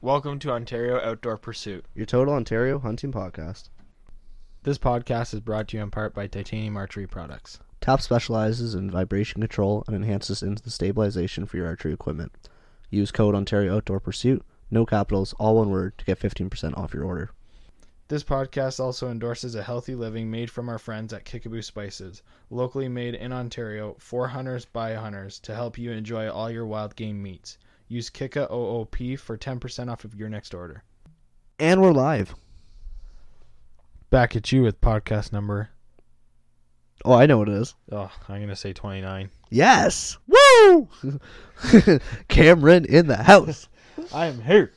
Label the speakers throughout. Speaker 1: Welcome to Ontario Outdoor Pursuit.
Speaker 2: Your total Ontario hunting podcast.
Speaker 1: This podcast is brought to you in part by Titanium Archery Products.
Speaker 2: TAP specializes in vibration control and enhances into the stabilization for your archery equipment. Use code Ontario Outdoor Pursuit, no capitals, all one word, to get 15% off your order.
Speaker 1: This podcast also endorses a healthy living made from our friends at Kickaboo Spices, locally made in Ontario for hunters by hunters to help you enjoy all your wild game meats. Use Kika OOP for 10% off of your next order.
Speaker 2: And we're live.
Speaker 1: Back at you with podcast number.
Speaker 2: Oh, I know what it is.
Speaker 1: Oh, I'm going to say 29.
Speaker 2: Yes! Woo! Cameron in the house.
Speaker 1: I am here.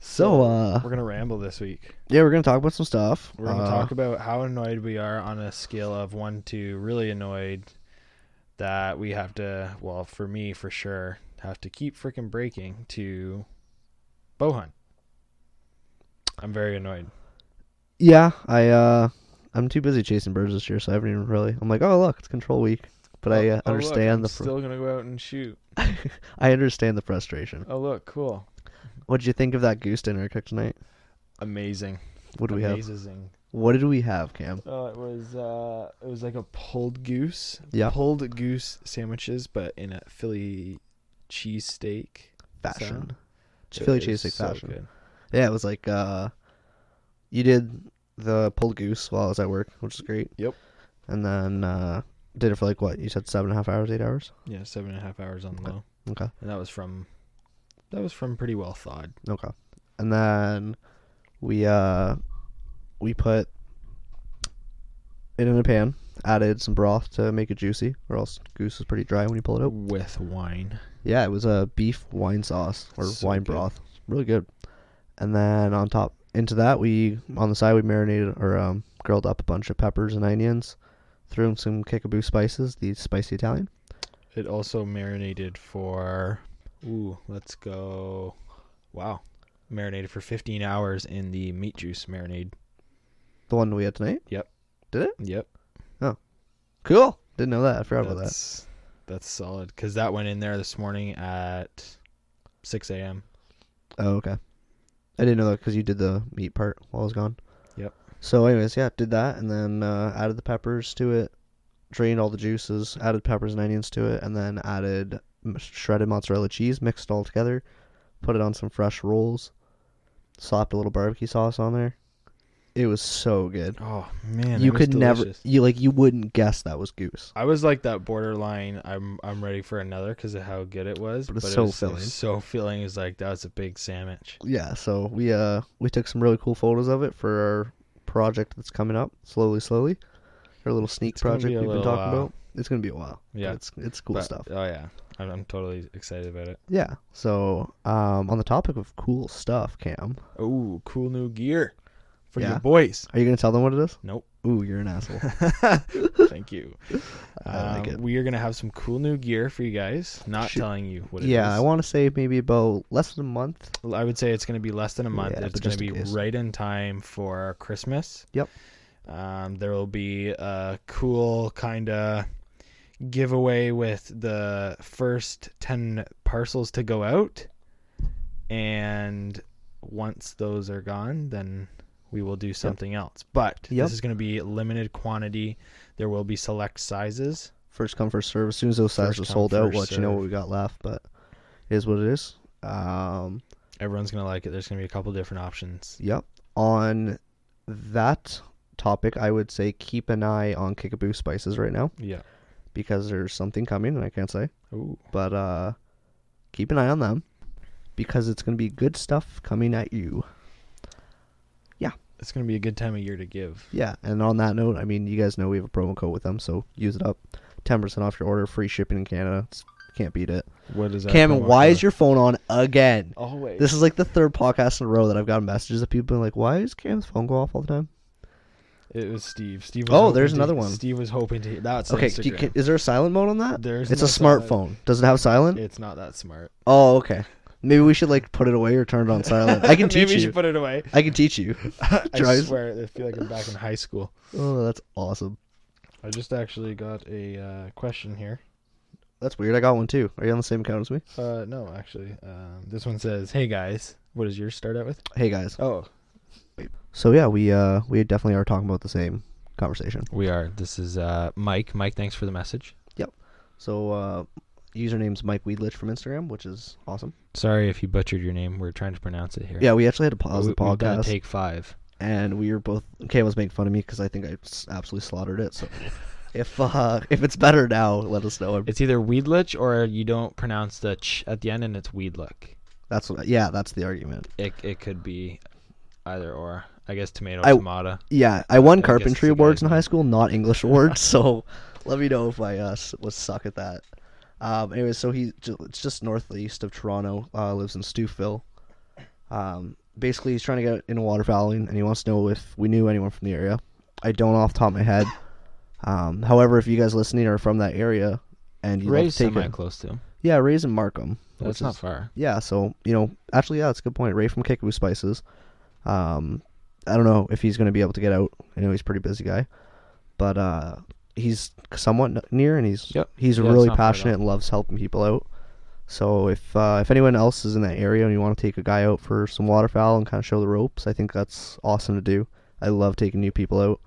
Speaker 2: So, uh,
Speaker 1: We're going to ramble this week.
Speaker 2: yeah, we're going to talk about some stuff.
Speaker 1: We're going to
Speaker 2: Uh,
Speaker 1: talk about how annoyed we are on a scale of one to really annoyed that we have to, well, for me, for sure, have to keep freaking breaking to bow hunt. I'm very annoyed.
Speaker 2: Yeah, I, uh, I'm too busy chasing birds this year, so I haven't even really. I'm like, oh, look, it's control week. But I uh,
Speaker 1: Oh, look, I'm
Speaker 2: understand the fr-
Speaker 1: still gonna go out and shoot.
Speaker 2: I understand the frustration.
Speaker 1: Oh look, cool,
Speaker 2: What did you think of that goose dinner I cooked tonight?
Speaker 1: amazing.
Speaker 2: What do we have?
Speaker 1: Amazing.
Speaker 2: What did we have, Cam?
Speaker 1: Oh, it was uh, it was like a pulled goose.
Speaker 2: Yeah.
Speaker 1: Pulled goose sandwiches, but in a Philly cheesesteak
Speaker 2: Fashion.
Speaker 1: It
Speaker 2: Philly
Speaker 1: was
Speaker 2: cheesesteak
Speaker 1: so
Speaker 2: fashion.
Speaker 1: good.
Speaker 2: Yeah, it was like uh you did the pulled goose while I was at work, which is great.
Speaker 1: Yep.
Speaker 2: And then uh did it for like what, you said seven and a half hours, eight hours?
Speaker 1: Yeah, seven and a half hours on the low,
Speaker 2: Okay.
Speaker 1: and that was from, that was from pretty well thawed.
Speaker 2: Okay. And then we uh we put it in a pan, added some broth to make it juicy, or else goose is pretty dry when you pull it out.
Speaker 1: With wine.
Speaker 2: Yeah, it was a beef wine sauce or
Speaker 1: So
Speaker 2: wine
Speaker 1: good.
Speaker 2: broth. It's really good. And then on top into that, we on the side we marinated or um, grilled up a bunch of peppers and onions, threw in some kickaboo spices, the spicy Italian.
Speaker 1: It also marinated for, ooh, let's go, wow, marinated for 15 hours in the meat juice marinade.
Speaker 2: The one we had tonight.
Speaker 1: Yep.
Speaker 2: Cool. Didn't know that. I forgot about that.
Speaker 1: that's, That's solid because that went in there this morning at 6 a.m.
Speaker 2: Oh, okay. I didn't know that because you did the meat part while I was gone.
Speaker 1: Yep.
Speaker 2: So, anyways, yeah, did that and then uh, added the peppers to it, drained all the juices, added peppers and onions to it, and then added m- shredded mozzarella cheese, mixed it all together, put it on some fresh rolls, slapped a little barbecue sauce on there. It was so good.
Speaker 1: Oh man,
Speaker 2: you
Speaker 1: it was
Speaker 2: could never,
Speaker 1: delicious.
Speaker 2: you like, you wouldn't guess that was goose.
Speaker 1: I was like that borderline. I'm I'm ready for another because of how good it was.
Speaker 2: But it's
Speaker 1: it
Speaker 2: so
Speaker 1: was- it was
Speaker 2: filling.
Speaker 1: so filling is like that was a big sandwich.
Speaker 2: Yeah, so we uh we took some really cool photos of it for our project that's coming up slowly, slowly. Our little sneak
Speaker 1: It's gonna
Speaker 2: project
Speaker 1: be a
Speaker 2: we've been
Speaker 1: little
Speaker 2: talking
Speaker 1: while.
Speaker 2: about. It's gonna be a while. but
Speaker 1: Yeah,
Speaker 2: it's it's cool
Speaker 1: But-
Speaker 2: stuff.
Speaker 1: Oh yeah, I'm, I'm totally excited about it.
Speaker 2: Yeah. So um, on the topic of cool stuff, Cam,
Speaker 1: Oh, cool new gear for
Speaker 2: Yeah.
Speaker 1: your boys.
Speaker 2: are you gonna tell them what it is?
Speaker 1: Nope.
Speaker 2: Ooh, you're an asshole.
Speaker 1: Thank you.
Speaker 2: I like
Speaker 1: Um,
Speaker 2: it.
Speaker 1: we are gonna have some cool new gear for you guys. Not
Speaker 2: Shoot.
Speaker 1: telling you what it is.
Speaker 2: yeah, I want to say maybe about less than a month.
Speaker 1: Well, I would say it's going to be less than a month.
Speaker 2: Yeah,
Speaker 1: it's
Speaker 2: but
Speaker 1: going to
Speaker 2: just
Speaker 1: be
Speaker 2: in case.
Speaker 1: right in time for Christmas.
Speaker 2: Yep.
Speaker 1: Um, there will be a cool kind of giveaway with the first 10 parcels to go out. And once those are gone, then we will do something else. But
Speaker 2: Yep.
Speaker 1: this is going to be limited quantity. There will be select sizes.
Speaker 2: First come, first serve. As soon as those sizes
Speaker 1: First
Speaker 2: are
Speaker 1: come,
Speaker 2: sold out,
Speaker 1: first
Speaker 2: we'll let you know
Speaker 1: serve.
Speaker 2: what we got left. But it is what it is. Um,
Speaker 1: Everyone's going to like it. There's going to be a couple different options.
Speaker 2: Yep. On that topic, I would say keep an eye on Kickaboo Spices right now
Speaker 1: Yeah.
Speaker 2: because there's something coming and I can't say.
Speaker 1: Ooh.
Speaker 2: But uh keep an eye on them because it's going to be good stuff coming at you.
Speaker 1: It's going to be a good time of year to give.
Speaker 2: Yeah, and on that note, I mean, you guys know we have a promo code with them, so use it up. 10% off your order, free shipping in Canada. It's, can't beat it.
Speaker 1: What is that?
Speaker 2: Cameron, why is your phone on again?
Speaker 1: always?
Speaker 2: This is like the third podcast in a row that I've gotten messages of people being like, why is Cam's phone go off all the time?
Speaker 1: it was Steve. Steve.
Speaker 2: Oh,
Speaker 1: hoping
Speaker 2: there's
Speaker 1: to-
Speaker 2: another one.
Speaker 1: Steve was hoping to. That's
Speaker 2: Okay,
Speaker 1: okay.
Speaker 2: do you, ca- is there a silent mode on that?
Speaker 1: There's
Speaker 2: it's
Speaker 1: no
Speaker 2: a
Speaker 1: silent.
Speaker 2: smartphone. Does it have silent?
Speaker 1: It's not that smart.
Speaker 2: Oh, okay. Maybe we should like put it away or turn it on silent. I can
Speaker 1: Maybe
Speaker 2: teach
Speaker 1: we
Speaker 2: you.
Speaker 1: should put it away.
Speaker 2: I can teach you.
Speaker 1: I
Speaker 2: Drives-
Speaker 1: swear, I feel like I'm back in high school.
Speaker 2: Oh, that's awesome.
Speaker 1: I just actually got a uh, question here
Speaker 2: That's weird. I got one too. Are you on the same account as me?
Speaker 1: Uh, no, actually, um, this one says, "Hey guys, what does yours start out with?"
Speaker 2: Hey guys.
Speaker 1: Oh,
Speaker 2: So yeah, we uh we definitely are talking about the same conversation.
Speaker 1: we are. This is uh, Mike. Mike, thanks for the message.
Speaker 2: So uh username's Mike Weedlich from Instagram, which is awesome.
Speaker 1: Sorry if you butchered your name. We're trying to pronounce it here.
Speaker 2: Yeah, we actually had to pause
Speaker 1: we,
Speaker 2: the
Speaker 1: we've gotta
Speaker 2: podcast,
Speaker 1: take five.
Speaker 2: and we were both. Kay was making fun of me because I think I s- absolutely slaughtered it. So if uh if it's better now, let us know.
Speaker 1: It's either Weedlich or you don't pronounce the ch at the end, and it's Weedluck.
Speaker 2: That's what. yeah, that's the argument.
Speaker 1: It it could be either or. I guess tomato
Speaker 2: I-
Speaker 1: tomato.
Speaker 2: Yeah, I won
Speaker 1: I guess
Speaker 2: carpentry
Speaker 1: it's a good
Speaker 2: awards in
Speaker 1: idea.
Speaker 2: high school, not English awards. so let me know if I uh, s- was suck at that. Um, anyway, so he ju- it's just northeast of Toronto. Uh, lives in Stouffville. Um, basically, he's trying to get into waterfowling, and he wants to know if we knew anyone from the area. I don't off the top of my head. Um, however, if you guys listening are from that area and you
Speaker 1: Ray's
Speaker 2: to take
Speaker 1: semi
Speaker 2: it,
Speaker 1: close to him.
Speaker 2: yeah, Ray's in Markham.
Speaker 1: That's
Speaker 2: which
Speaker 1: not
Speaker 2: is-
Speaker 1: far.
Speaker 2: yeah, so you know, actually, yeah, that's a good point. Ray from Kickaboo Spices. Um, I don't know if he's going to be able to get out. I know he's a pretty busy guy, but uh, he's somewhat n- near, and he's
Speaker 1: Yep.
Speaker 2: he's
Speaker 1: Yeah, it's
Speaker 2: really
Speaker 1: not far at
Speaker 2: passionate
Speaker 1: all.
Speaker 2: and loves helping people out. So if uh, if anyone else is in that area and you want to take a guy out for some waterfowl and kind of show the ropes, I think that's awesome to do. I love taking new people out.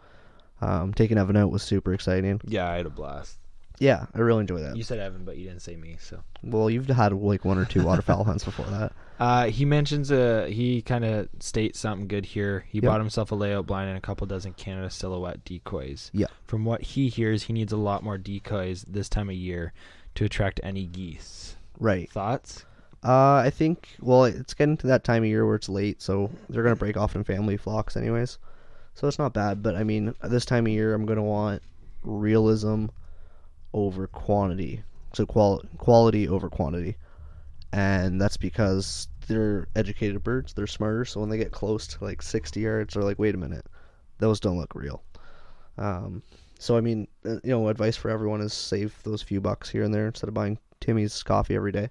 Speaker 2: Um, taking Evan out was super exciting.
Speaker 1: Yeah, I had a blast.
Speaker 2: Yeah, I really enjoy that.
Speaker 1: You said Evan, but you didn't say me. So
Speaker 2: Well, you've had like one or two waterfowl hunts before that.
Speaker 1: uh, he mentions a he kind of states something good here. He
Speaker 2: Yep.
Speaker 1: bought himself a layout blind and a couple dozen Canada silhouette decoys.
Speaker 2: Yeah.
Speaker 1: From what he hears, he needs a lot more decoys this time of year to attract any geese.
Speaker 2: Right.
Speaker 1: Thoughts?
Speaker 2: Uh, I think. Well, it's getting to that time of year where it's late, so they're gonna break off in family flocks, anyways. So it's not bad, but I mean, this time of year, I'm gonna want realism over quantity. So qual- quality over quantity, and that's because they're educated birds. They're smarter, so when they get close to like 60 yards, they're like, "Wait a minute, those don't look real." Um, so I mean, uh, you know, advice for everyone is save those few bucks here and there instead of buying Timmy's coffee every day.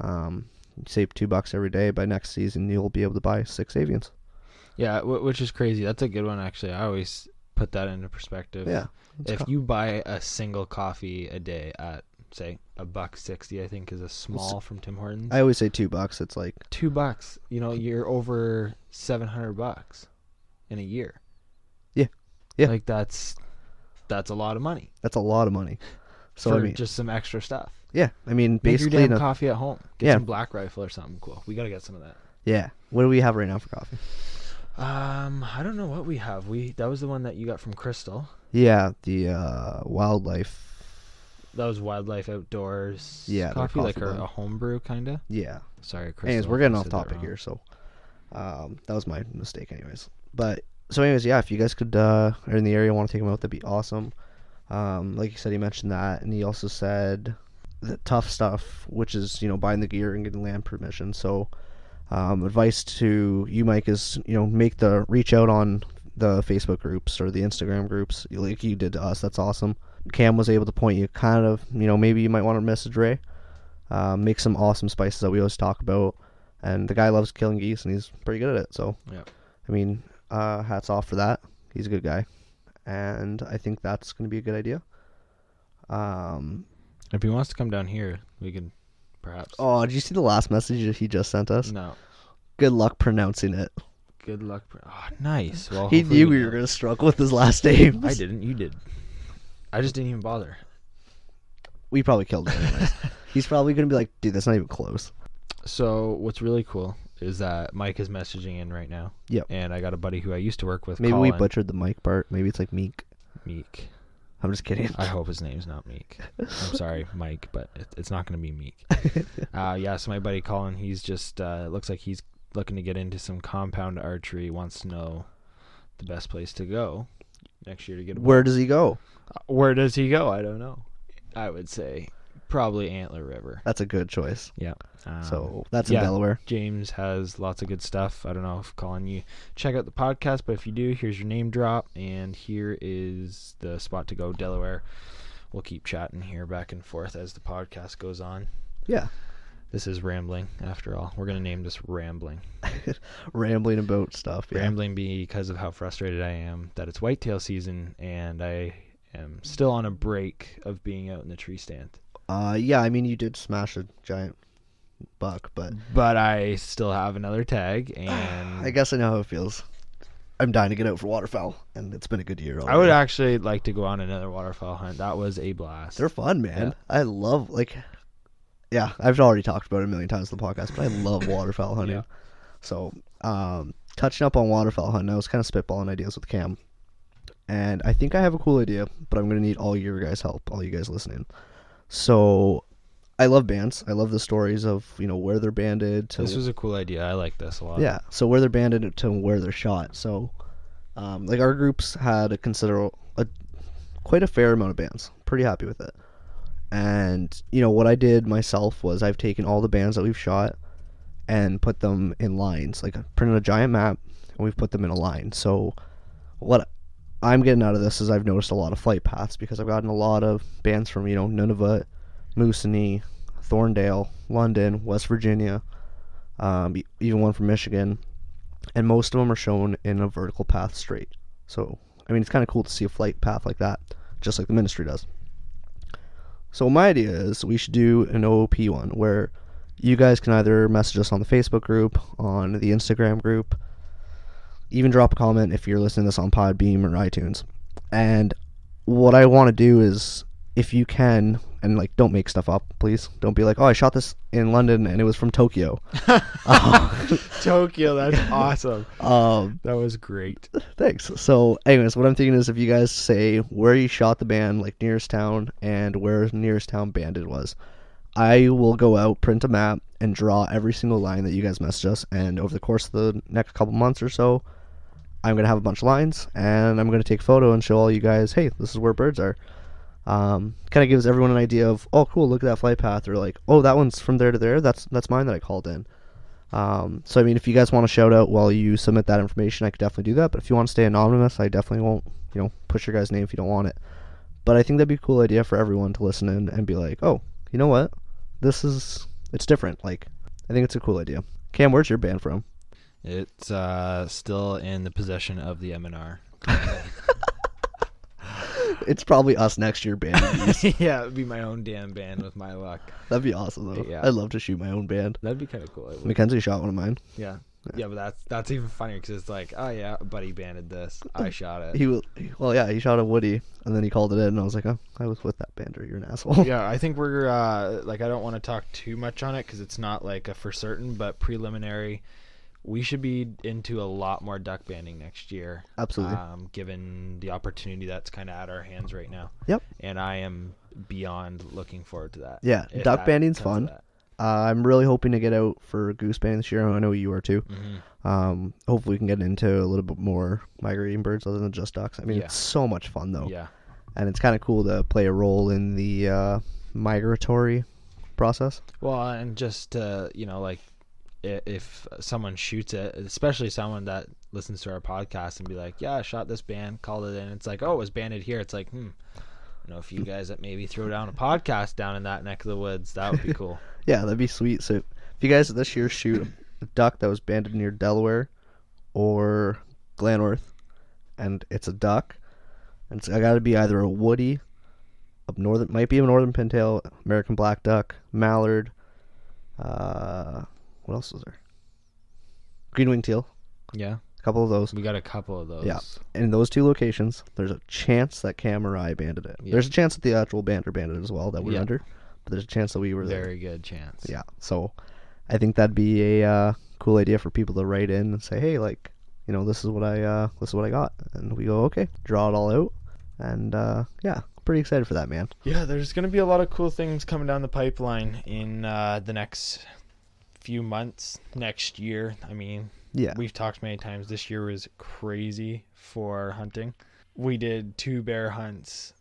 Speaker 2: Um, you save two bucks every day. By next season, you'll be able to buy six avians.
Speaker 1: Yeah, w- which is crazy. That's a good one actually. I always put that into perspective.
Speaker 2: Yeah.
Speaker 1: if you buy a single coffee a day at say a buck 60 i think is a small from tim hortons
Speaker 2: I always say two bucks. It's like
Speaker 1: two bucks you know you're over 700 bucks in a year
Speaker 2: Yeah. Yeah.
Speaker 1: like that's that's a lot of money
Speaker 2: that's a lot of money. So
Speaker 1: for
Speaker 2: I mean,
Speaker 1: just some extra stuff
Speaker 2: yeah. I mean,
Speaker 1: Make your
Speaker 2: basically,
Speaker 1: damn
Speaker 2: no-
Speaker 1: coffee at home. Get
Speaker 2: Yeah.
Speaker 1: some Black Rifle or something cool. We gotta get some of that.
Speaker 2: yeah. What do we have right now for coffee?
Speaker 1: Um, I don't know what we have. We that was the one that you got from Crystal.
Speaker 2: Yeah, the uh, wildlife.
Speaker 1: That was Wildlife Outdoors.
Speaker 2: Yeah, their
Speaker 1: coffee, like
Speaker 2: coffee
Speaker 1: a,
Speaker 2: blend.
Speaker 1: a homebrew kinda.
Speaker 2: Yeah.
Speaker 1: Sorry, Crystal.
Speaker 2: Anyways,
Speaker 1: if
Speaker 2: we're
Speaker 1: I
Speaker 2: getting off
Speaker 1: said that
Speaker 2: topic
Speaker 1: wrong.
Speaker 2: here, so um, that was my mistake. Anyways, but so anyways, yeah. If you guys could uh, are in the area, want to take him out, that'd be awesome. Um, like you said, he mentioned that, and he also said the tough stuff, which is you know buying the gear and getting land permission. So um, advice to you, Mike, is you know make the reach out on the Facebook groups or the Instagram groups like you did to us. That's awesome. Cam was able to point you kind of you know maybe you might want to message Ray. Uh, make some awesome spices that we always talk about, and the guy loves killing geese and he's pretty good at it. So
Speaker 1: Yeah.
Speaker 2: I mean, uh, hats off for that. He's a good guy, and I think that's going to be a good idea. Um,
Speaker 1: If he wants to come down here, we can perhaps.
Speaker 2: oh, did you see the last message that he just sent us?
Speaker 1: no.
Speaker 2: Good luck pronouncing it.
Speaker 1: Good luck. Bro. Oh, nice. Well,
Speaker 2: he
Speaker 1: hopefully
Speaker 2: knew we were going to struggle with his last name.
Speaker 1: I didn't. You did. I just didn't even bother.
Speaker 2: We probably killed him. Anyways. he's probably going to be like, dude, that's not even close.
Speaker 1: So what's really cool is that Mike is messaging in right now.
Speaker 2: Yep.
Speaker 1: And I got a buddy who I used to work with.
Speaker 2: Maybe we
Speaker 1: Colin
Speaker 2: butchered the Mike part. Maybe it's like Meek.
Speaker 1: Meek.
Speaker 2: I'm just kidding.
Speaker 1: I hope his name's not Meek. I'm sorry, Mike, but it, it's not going to be Meek. Uh, yeah. So my buddy Colin, he's just uh, it looks like he's looking to get into some compound archery. Wants to know the best place to go next year to get a
Speaker 2: Where does he go?
Speaker 1: Where does he go? I don't know. I would say probably Antler River.
Speaker 2: That's a good choice.
Speaker 1: Yeah. Um,
Speaker 2: So that's in
Speaker 1: yeah.
Speaker 2: Delaware.
Speaker 1: James has lots of good stuff. I don't know if Colin you check out the podcast, but if you do, here's your name drop and here is the spot to go, Delaware. We'll keep chatting here back and forth as the podcast goes on.
Speaker 2: Yeah.
Speaker 1: This is rambling after all. We're gonna name this rambling.
Speaker 2: Rambling about stuff. Yeah.
Speaker 1: Rambling because of how frustrated I am that it's whitetail season and I am still on a break of being out in the tree stand.
Speaker 2: Uh, yeah, I mean you did smash a giant buck, but
Speaker 1: But I still have another tag, and
Speaker 2: I guess I know how it feels. I'm dying to get out for waterfowl, and it's been a good year. Already.
Speaker 1: I would actually like to go on another waterfowl hunt. That was a blast.
Speaker 2: They're fun, man. I love like, yeah. I've already talked about it a million times in the podcast, but I love waterfowl hunting.
Speaker 1: Yeah.
Speaker 2: So, um, touching up on waterfowl hunting, I was kind of spitballing ideas with Cam, and I think I have a cool idea, but I'm gonna need all your guys' help, all you guys listening. So, I love bands. I love the stories of you know where they're banded to
Speaker 1: This was a cool idea. I like this a lot.
Speaker 2: yeah. So where they're banded to where they're shot. So, um, like our groups had a considerable, a, quite a fair amount of bands. Pretty happy with it. And you know what I did myself was I've taken all the bands that we've shot and put them in lines. Like I printed a giant map and we've put them in a line. So what I'm getting out of this is I've noticed a lot of flight paths because I've gotten a lot of bands from you know Nunavut, Moosonee, Thorndale, London, West Virginia um, e- even one from Michigan, and most of them are shown in a vertical path straight. So, I mean, it's kind of cool to see a flight path like that, just like the ministry does. So, my idea is we should do an OOP one where you guys can either message us on the Facebook group, on the Instagram group, even drop a comment if you're listening to this on Podbeam or iTunes. And what I want to do is, if you can, and like, don't make stuff up, please. Don't be like, oh, I shot this in London and it was from Tokyo.
Speaker 1: Tokyo, that's awesome.
Speaker 2: Um,
Speaker 1: That was great.
Speaker 2: thanks. So, anyways, what I'm thinking is if you guys say where you shot the band, like nearest town, and where nearest town banded was, I will go out, print a map, and draw every single line that you guys message us. And over the course of the next couple months or so, I'm gonna have a bunch of lines, and I'm gonna take a photo and show all you guys, hey, this is where birds are. Um, kind of gives everyone an idea of, oh, cool, look at that flight path, or like, oh, that one's from there to there. That's that's mine that I called in. Um, so I mean, if you guys want to shout out while you submit that information, I could definitely do that. But if you want to stay anonymous, I definitely won't, you know, push your guy's name if you don't want it. But I think that'd be a cool idea for everyone to listen in and be like, oh, you know what, this is it's different. Like, I think it's a cool idea. Cam, where's your band from?
Speaker 1: It's uh, still in the possession of the M and R.
Speaker 2: It's probably us next year band.
Speaker 1: yeah, it'd be my own damn band with my luck.
Speaker 2: That'd be awesome though.
Speaker 1: Yeah.
Speaker 2: I'd love to shoot my own band.
Speaker 1: That'd be kind of cool. I would.
Speaker 2: Mackenzie shot one of mine.
Speaker 1: Yeah. Yeah, but that's that's even funnier because it's like, oh yeah, buddy banded this. I shot it.
Speaker 2: He will. Well, yeah, he shot a Woody, and then he called it in, and I was like, oh, I was with that bander. You're an asshole.
Speaker 1: yeah, I think we're uh, like I don't want to talk too much on it because it's not like a for certain, but preliminary. We should be into a lot more duck banding next year.
Speaker 2: Absolutely.
Speaker 1: Um, given the opportunity that's kind of at our hands right now.
Speaker 2: Yep.
Speaker 1: And I am beyond looking forward to that.
Speaker 2: Yeah,
Speaker 1: if
Speaker 2: duck
Speaker 1: that
Speaker 2: banding's
Speaker 1: comes to
Speaker 2: fun.
Speaker 1: that.
Speaker 2: Uh, I'm really hoping to get out for goose banding this year. I know you are too.
Speaker 1: Mhm.
Speaker 2: Um, hopefully, we can get into a little bit more migrating birds other than just ducks. I mean, it's so much fun though,
Speaker 1: Yeah.
Speaker 2: and it's kind of cool to play a role in the uh, migratory process.
Speaker 1: Well, and just uh, you know, like i- if someone shoots it, especially someone that listens to our podcast and be like, "Yeah, I shot this band, called it in." It's like, "Oh, it was banded here." It's like, hmm. You know, if you guys that maybe throw down a podcast down in that neck of the woods, that would be cool.
Speaker 2: Yeah, that'd be sweet. So, if you guys this year shoot a duck that was banded near Delaware or Glenworth, and it's a duck, and it's got to be either a woody, a northern might be a northern pintail, American black duck, mallard. Uh, what else was there? Green winged teal,
Speaker 1: yeah,
Speaker 2: a couple of those.
Speaker 1: we got a couple of those.
Speaker 2: Yeah. In those two locations, there's a chance that Cam or I banded it.
Speaker 1: Yeah.
Speaker 2: There's a chance that the actual bander banded it as well that we're
Speaker 1: Yeah.
Speaker 2: under, but there's a chance that we were there.
Speaker 1: very good chance.
Speaker 2: Yeah. So I think that'd be a uh, cool idea for people to write in and say, hey, like, you know, this is what I uh, this is what I got, and we go, okay, draw it all out, and uh, yeah, pretty excited for that, man.
Speaker 1: Yeah, there's going to be a lot of cool things coming down the pipeline in uh, the next few months, next year. I mean,
Speaker 2: Yeah.
Speaker 1: we've talked many times. This year was crazy for hunting. We did two bear hunts,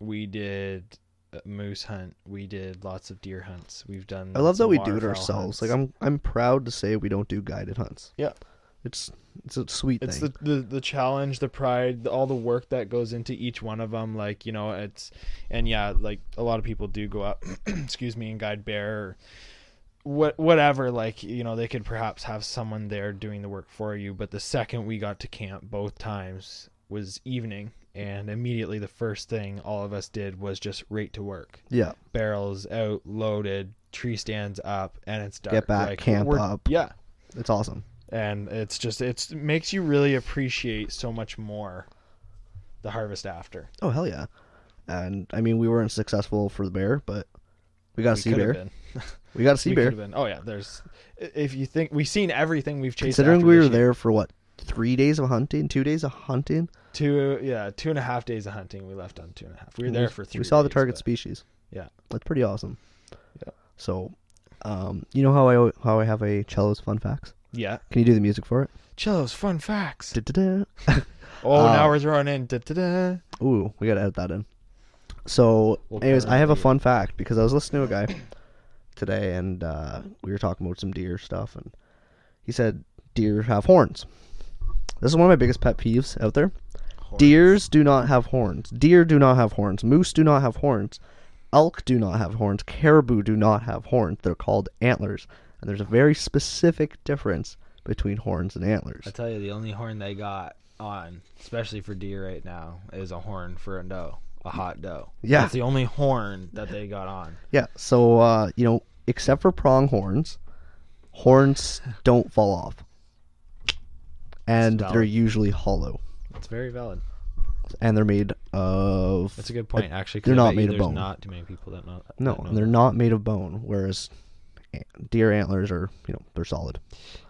Speaker 1: we did a moose hunt, we did lots of deer hunts. We've done.
Speaker 2: I love that
Speaker 1: some
Speaker 2: we do it
Speaker 1: waterfowl
Speaker 2: ourselves. Like
Speaker 1: hunts.
Speaker 2: I'm I'm proud to say we don't do guided hunts.
Speaker 1: Yeah.
Speaker 2: It's it's a sweet
Speaker 1: it's
Speaker 2: thing.
Speaker 1: the, the the challenge the pride the, all the work that goes into each one of them like you know it's and yeah like a lot of people do go out excuse me and guide bear or what whatever like you know they could perhaps have someone there doing the work for you but the second we got to camp both times was evening and immediately the first thing all of us did was just rate to work.
Speaker 2: Yeah.
Speaker 1: Barrels out, loaded, tree stands up, and it's dark.
Speaker 2: Get back, camp
Speaker 1: we're-
Speaker 2: up.
Speaker 1: Yeah,
Speaker 2: It's awesome.
Speaker 1: and it's just it's it makes you really appreciate so much more the harvest after.
Speaker 2: Oh hell yeah. And I mean we weren't successful for the bear, but we got a
Speaker 1: We
Speaker 2: sea
Speaker 1: could have
Speaker 2: bear.
Speaker 1: been.
Speaker 2: We got a sea
Speaker 1: we
Speaker 2: bear.
Speaker 1: could have been. Oh yeah, there's. If you think we've seen everything we've chased.
Speaker 2: Considering
Speaker 1: after
Speaker 2: we
Speaker 1: this
Speaker 2: were
Speaker 1: year.
Speaker 2: there for what, three days of hunting, two days of hunting.
Speaker 1: two yeah two and a half days of hunting. We left on two and a half. We were there for three.
Speaker 2: We saw the
Speaker 1: days,
Speaker 2: target
Speaker 1: but-
Speaker 2: species.
Speaker 1: Yeah.
Speaker 2: that's pretty awesome.
Speaker 1: Yeah.
Speaker 2: So, um, you know how I al- how I have a cello's fun facts.
Speaker 1: Yeah,
Speaker 2: Can you do the music for it?
Speaker 1: Chillo's fun facts.
Speaker 2: Da-da-da.
Speaker 1: Oh,
Speaker 2: Uh,
Speaker 1: now we're throwing in da da da.
Speaker 2: Ooh, we gotta edit that in. So,
Speaker 1: We'll
Speaker 2: anyways, I have a
Speaker 1: parody it.
Speaker 2: fun fact because I was listening to a guy today, and uh, we were talking about some deer stuff, and he said deer have horns. This is one of my biggest pet peeves out there. Deers do not have horns. Deer do not have horns. Moose do not have horns. Elk do not have horns. Caribou do not have horns. They're called antlers. And there's a very specific difference between horns and antlers.
Speaker 1: I tell you, the only horn they got on, especially for deer right now, is a horn for a doe, a hot doe.
Speaker 2: Yeah.
Speaker 1: that's the only horn that they got on.
Speaker 2: Yeah, so, uh, you know, except for pronghorns, horns don't fall off. And
Speaker 1: valid.
Speaker 2: they're usually hollow.
Speaker 1: It's very valid.
Speaker 2: And they're made of.
Speaker 1: That's a good point, actually. 'cause
Speaker 2: They're
Speaker 1: I bet
Speaker 2: not
Speaker 1: you
Speaker 2: made of
Speaker 1: there's
Speaker 2: bone.
Speaker 1: Not too many people that know. that
Speaker 2: no,
Speaker 1: know
Speaker 2: and they're
Speaker 1: that.
Speaker 2: not made of bone, whereas an- deer antlers are, you know, they're solid.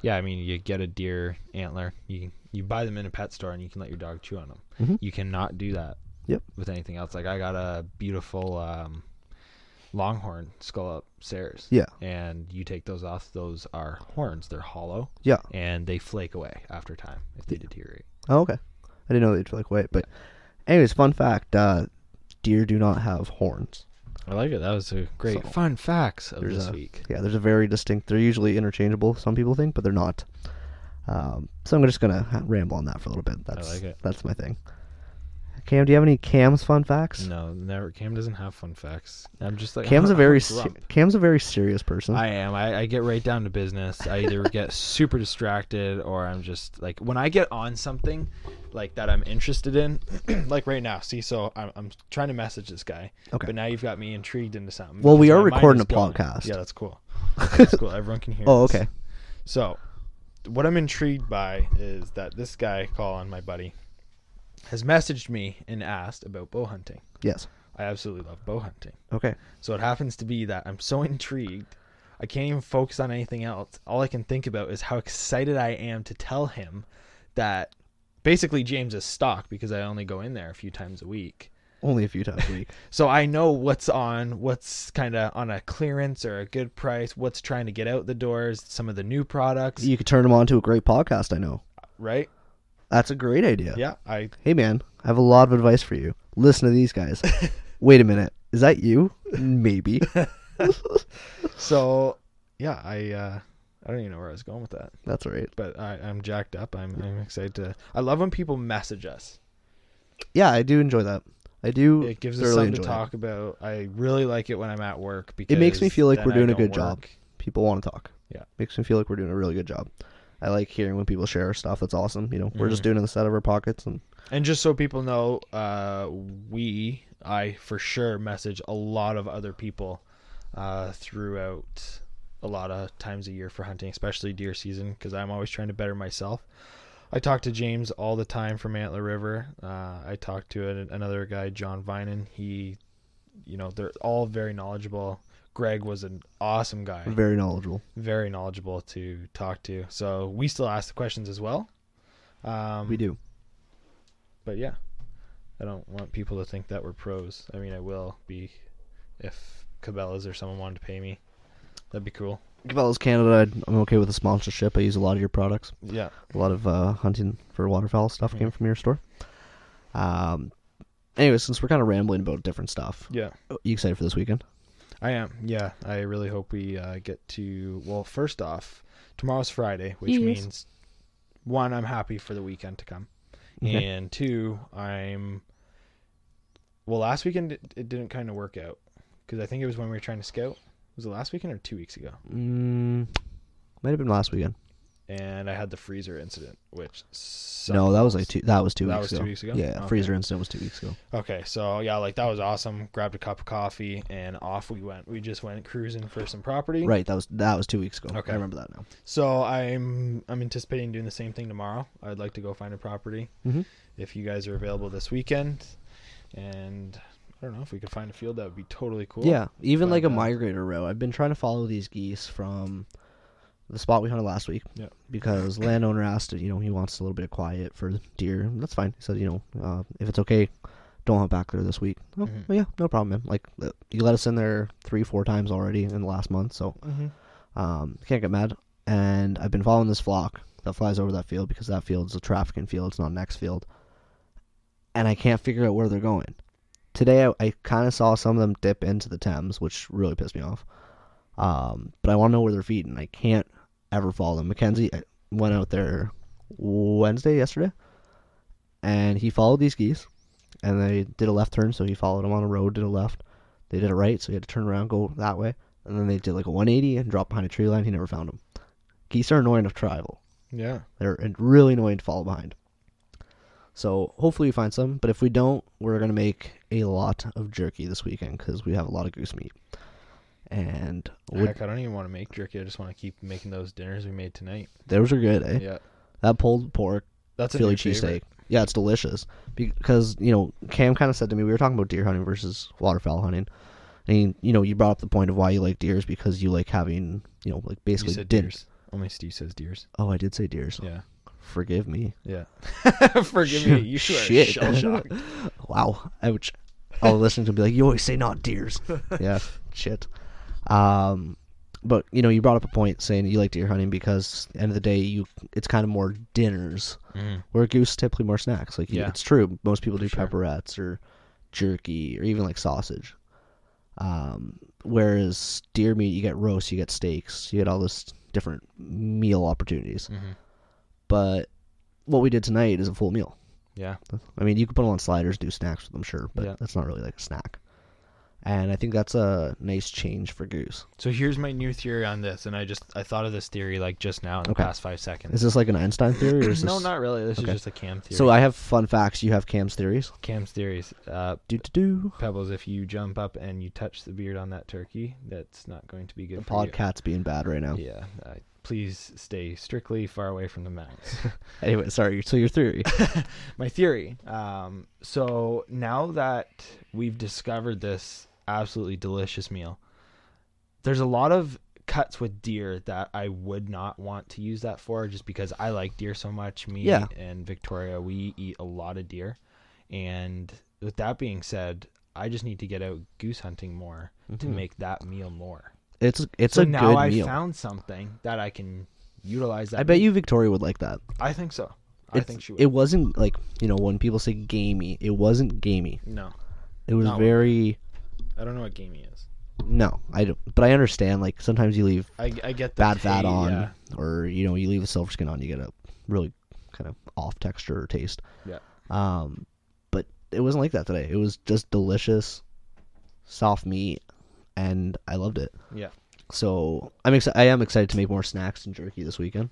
Speaker 1: Yeah, I mean, you get a deer antler. You you buy them in a pet store, and you can let your dog chew on them.
Speaker 2: Mhm.
Speaker 1: You cannot do that.
Speaker 2: Yep.
Speaker 1: With anything else, like I got a beautiful um, longhorn skull upstairs.
Speaker 2: Yeah.
Speaker 1: And you take those off; those are horns. They're hollow.
Speaker 2: Yeah.
Speaker 1: And they flake away after time if they deteriorate.
Speaker 2: Oh, okay. I didn't know they'd like wait, but anyways, fun fact, uh deer do not have horns.
Speaker 1: I like it. That was a great
Speaker 2: So,
Speaker 1: fun facts of
Speaker 2: there's
Speaker 1: this
Speaker 2: a-
Speaker 1: week.
Speaker 2: Yeah, there's a very distinct they're usually interchangeable, some people think, but they're not. Um, so I'm just gonna ha- ramble on that for a little bit. That's
Speaker 1: like it.
Speaker 2: that's my thing. Cam, do you have any Cam's fun facts?
Speaker 1: No, never. Cam doesn't have fun facts. I'm just like
Speaker 2: Cam's a
Speaker 1: I'm
Speaker 2: very se-
Speaker 1: grump.
Speaker 2: Cam's a very serious person.
Speaker 1: I am. I, I get right down to business. I either get super distracted or I'm just like when I get on something like that I'm interested in, like right now. See, so I'm, I'm trying to message this guy.
Speaker 2: Okay.
Speaker 1: But now you've got me intrigued into something.
Speaker 2: Well, we
Speaker 1: because my
Speaker 2: are
Speaker 1: mind
Speaker 2: recording
Speaker 1: is
Speaker 2: a
Speaker 1: going.
Speaker 2: podcast.
Speaker 1: Yeah, that's cool. That's cool. Everyone can hear.
Speaker 2: oh,
Speaker 1: this.
Speaker 2: okay.
Speaker 1: So, what I'm intrigued by is that this guy, Colin, my buddy, has messaged me and asked about bow hunting.
Speaker 2: Yes.
Speaker 1: I absolutely love bow hunting.
Speaker 2: Okay.
Speaker 1: So it happens to be that I'm so intrigued, I can't even focus on anything else. All I can think about is how excited I am to tell him that basically James is stocked because I only go in there a few times a week.
Speaker 2: Only a few times a week.
Speaker 1: So I know what's on, what's kind of on a clearance or a good price, what's trying to get out the doors, some of the new products,
Speaker 2: you could turn them on to a great podcast, I know.
Speaker 1: right?
Speaker 2: That's a great idea.
Speaker 1: Yeah, I
Speaker 2: hey man, I have a lot of advice for you. Listen to these guys. Wait a minute, is that you? Maybe.
Speaker 1: so yeah, I uh I don't even know where I was going with that.
Speaker 2: That's all right.
Speaker 1: But I, I'm jacked up. I'm I'm excited to I love when people message us.
Speaker 2: Yeah, I do enjoy that. I do.
Speaker 1: it gives us
Speaker 2: thoroughly
Speaker 1: something to
Speaker 2: enjoy
Speaker 1: talk about. I really like it when I'm at work because
Speaker 2: It. it makes me feel like
Speaker 1: then
Speaker 2: we're
Speaker 1: I
Speaker 2: doing a
Speaker 1: don't
Speaker 2: good job.
Speaker 1: work.
Speaker 2: People want to talk.
Speaker 1: Yeah.
Speaker 2: Makes me feel like we're doing a really good job. I like hearing when people share stuff. That's awesome. You know, we're
Speaker 1: Mm-hmm.
Speaker 2: just doing it in the set of our pockets, and
Speaker 1: And just so people know, uh, we I for sure message a lot of other people uh, throughout a lot of times a year for hunting, especially deer season, because I'm always trying to better myself. I talk to James all the time from Antler River. Uh, I talk to an, another guy, John Vinen. He, you know, they're all very knowledgeable. Greg was an awesome guy.
Speaker 2: very knowledgeable.
Speaker 1: very knowledgeable to talk to. So we still ask the questions as well. Um,
Speaker 2: We do.
Speaker 1: but yeah, I don't want people to think that we're pros. I mean, I will be if Cabela's or someone wanted to pay me. That'd be cool.
Speaker 2: Cabela's Canada. I'd- I'm okay with the sponsorship. I use a lot of your products.
Speaker 1: Yeah,
Speaker 2: a lot of uh, hunting for waterfowl stuff came from your store. Um, anyway, since we're kind of rambling about different stuff,
Speaker 1: yeah,
Speaker 2: you excited for this weekend?
Speaker 1: I am. Yeah, I really hope we uh, get to. Well, first off, tomorrow's Friday, which
Speaker 2: Yes.
Speaker 1: means one, I'm happy for the weekend to come,
Speaker 2: Okay.
Speaker 1: and two, I'm. Well, last weekend it, it didn't kind of work out because I think it was when we were trying to scout. Was it last weekend or two weeks ago?
Speaker 2: Mm, might have been last weekend.
Speaker 1: and I had the freezer incident, which sucked.
Speaker 2: No, that was like two. That was two
Speaker 1: That
Speaker 2: weeks
Speaker 1: was two
Speaker 2: ago.
Speaker 1: weeks ago?
Speaker 2: Yeah,
Speaker 1: Okay.
Speaker 2: freezer incident was two weeks ago.
Speaker 1: Okay, so yeah, like that was awesome. Grabbed a cup of coffee and off we went. We just went cruising for some property.
Speaker 2: Right, that was that was two weeks ago.
Speaker 1: Okay.
Speaker 2: I remember that now.
Speaker 1: So I'm I'm anticipating doing the same thing tomorrow. I'd like to go find a property
Speaker 2: Mhm.
Speaker 1: if you guys are available this weekend. And I don't know if we could find a field that would be totally cool.
Speaker 2: Yeah, even like a
Speaker 1: But, uh,
Speaker 2: migrator row. I've been trying to follow these geese from the spot we hunted last week.
Speaker 1: Yeah.
Speaker 2: Because landowner asked, you know, he wants a little bit of quiet for deer. That's fine. He said, you know, uh, if it's okay, don't hunt back there this week. Oh,
Speaker 1: Mhm.
Speaker 2: well, yeah, no problem, man. Like uh, you let us in there three, four times already in the last month, so
Speaker 1: Mm-hmm.
Speaker 2: um, can't get mad. And I've been following this flock that flies over that field because that field's a trafficking field. It's not an X field. And I can't figure out where they're going. Today, I, I kind of saw some of them dip into the Thames, which really pissed me off. Um, but I want to know where they're feeding. I can't ever follow them. Mackenzie uh, went out there Wednesday, yesterday, and he followed these geese, and they did a left turn, so he followed them on a road, did a left. They did it right, so he had to turn around, go that way and then they did like a 180 and dropped behind a tree line. He never found him. Geese are annoying to travel.
Speaker 1: Yeah.
Speaker 2: They're really annoying to follow behind. So hopefully we find some, but if we don't, we're gonna make a lot of jerky this weekend because we have a lot of goose meat. And would,
Speaker 1: Heck, I don't even want to make jerky. I just want to keep making those dinners we made tonight.
Speaker 2: those are good, eh?
Speaker 1: Yeah.
Speaker 2: That pulled pork,
Speaker 1: That's a
Speaker 2: Philly
Speaker 1: new favorite.
Speaker 2: cheesesteak. Yeah, it's delicious. Because you know, Cam kind of said to me, we were talking about deer hunting versus waterfowl hunting, and you know, you brought up the point of why you like deers because you like having, you know, like
Speaker 1: You
Speaker 2: basically
Speaker 1: said
Speaker 2: din-
Speaker 1: deers. Only Steve says deers.
Speaker 2: Oh, I did say deers.
Speaker 1: Yeah.
Speaker 2: Forgive me.
Speaker 1: Yeah. Forgive me. You are
Speaker 2: Shit.
Speaker 1: shell shocked.
Speaker 2: Wow. Ouch. All listening to be like, you always say not deers. yeah. Shit. Um, but you know, you brought up a point saying you like deer hunting because end of the day, you it's kind of more dinners.
Speaker 1: Mm,
Speaker 2: Where goose is typically more snacks. Like you-
Speaker 1: Yeah.
Speaker 2: it's true. Most people do
Speaker 1: Sure.
Speaker 2: pepperettes or jerky or even like sausage. Um, whereas deer meat, you get roast, you get steaks, you get all this different meal opportunities. But what we did tonight is a full meal.
Speaker 1: Yeah.
Speaker 2: I mean, you could put them on sliders, do snacks with them, sure, but
Speaker 1: Yeah.
Speaker 2: that's not really like a snack. And I think that's a nice change for goose.
Speaker 1: So here's my new theory on this, and I just I thought of this theory like just now in the
Speaker 2: Okay.
Speaker 1: past five seconds.
Speaker 2: Is this like an Einstein theory, or is
Speaker 1: no,
Speaker 2: this-
Speaker 1: not really. This
Speaker 2: okay.
Speaker 1: is just a Cam theory.
Speaker 2: So uh, I have fun facts. You have Cam's theories.
Speaker 1: Cam's theories. Uh,
Speaker 2: Do do do.
Speaker 1: Pebbles, if you jump up and you touch the beard on that turkey, that's not going to be good
Speaker 2: The
Speaker 1: for you.
Speaker 2: podcast's being bad right now.
Speaker 1: Yeah. Uh, please stay strictly far away from the mouse.
Speaker 2: Anyway, sorry. So your theory.
Speaker 1: my theory. Um, so now that we've discovered this absolutely delicious meal, there's a lot of cuts with deer that I would not want to use that for just because I like deer so much. Me
Speaker 2: Yeah.
Speaker 1: and Victoria, we eat a lot of deer. And with that being said, I just need to get out goose hunting more to
Speaker 2: Mhm.
Speaker 1: make that meal more.
Speaker 2: It's it's
Speaker 1: so
Speaker 2: a
Speaker 1: now
Speaker 2: good
Speaker 1: I
Speaker 2: meal.
Speaker 1: found something that I can utilize that.
Speaker 2: I bet
Speaker 1: meat.
Speaker 2: you Victoria would like that.
Speaker 1: I think so. I
Speaker 2: It's-
Speaker 1: think she would.
Speaker 2: It wasn't like you know when people say gamey. It wasn't gamey.
Speaker 1: no.
Speaker 2: It was
Speaker 1: No.
Speaker 2: very
Speaker 1: I don't know what game he is.
Speaker 2: no. I don't. But I understand. Like sometimes you leave
Speaker 1: I, I get the
Speaker 2: bad fat
Speaker 1: tea,
Speaker 2: on,
Speaker 1: Yeah.
Speaker 2: or you know, you leave a silver skin on, you get a really kind of off texture or taste.
Speaker 1: Yeah.
Speaker 2: Um, but it wasn't like that today. It was just delicious, soft meat, and I loved it.
Speaker 1: Yeah.
Speaker 2: So I'm excited. I am excited to make more snacks and jerky this weekend.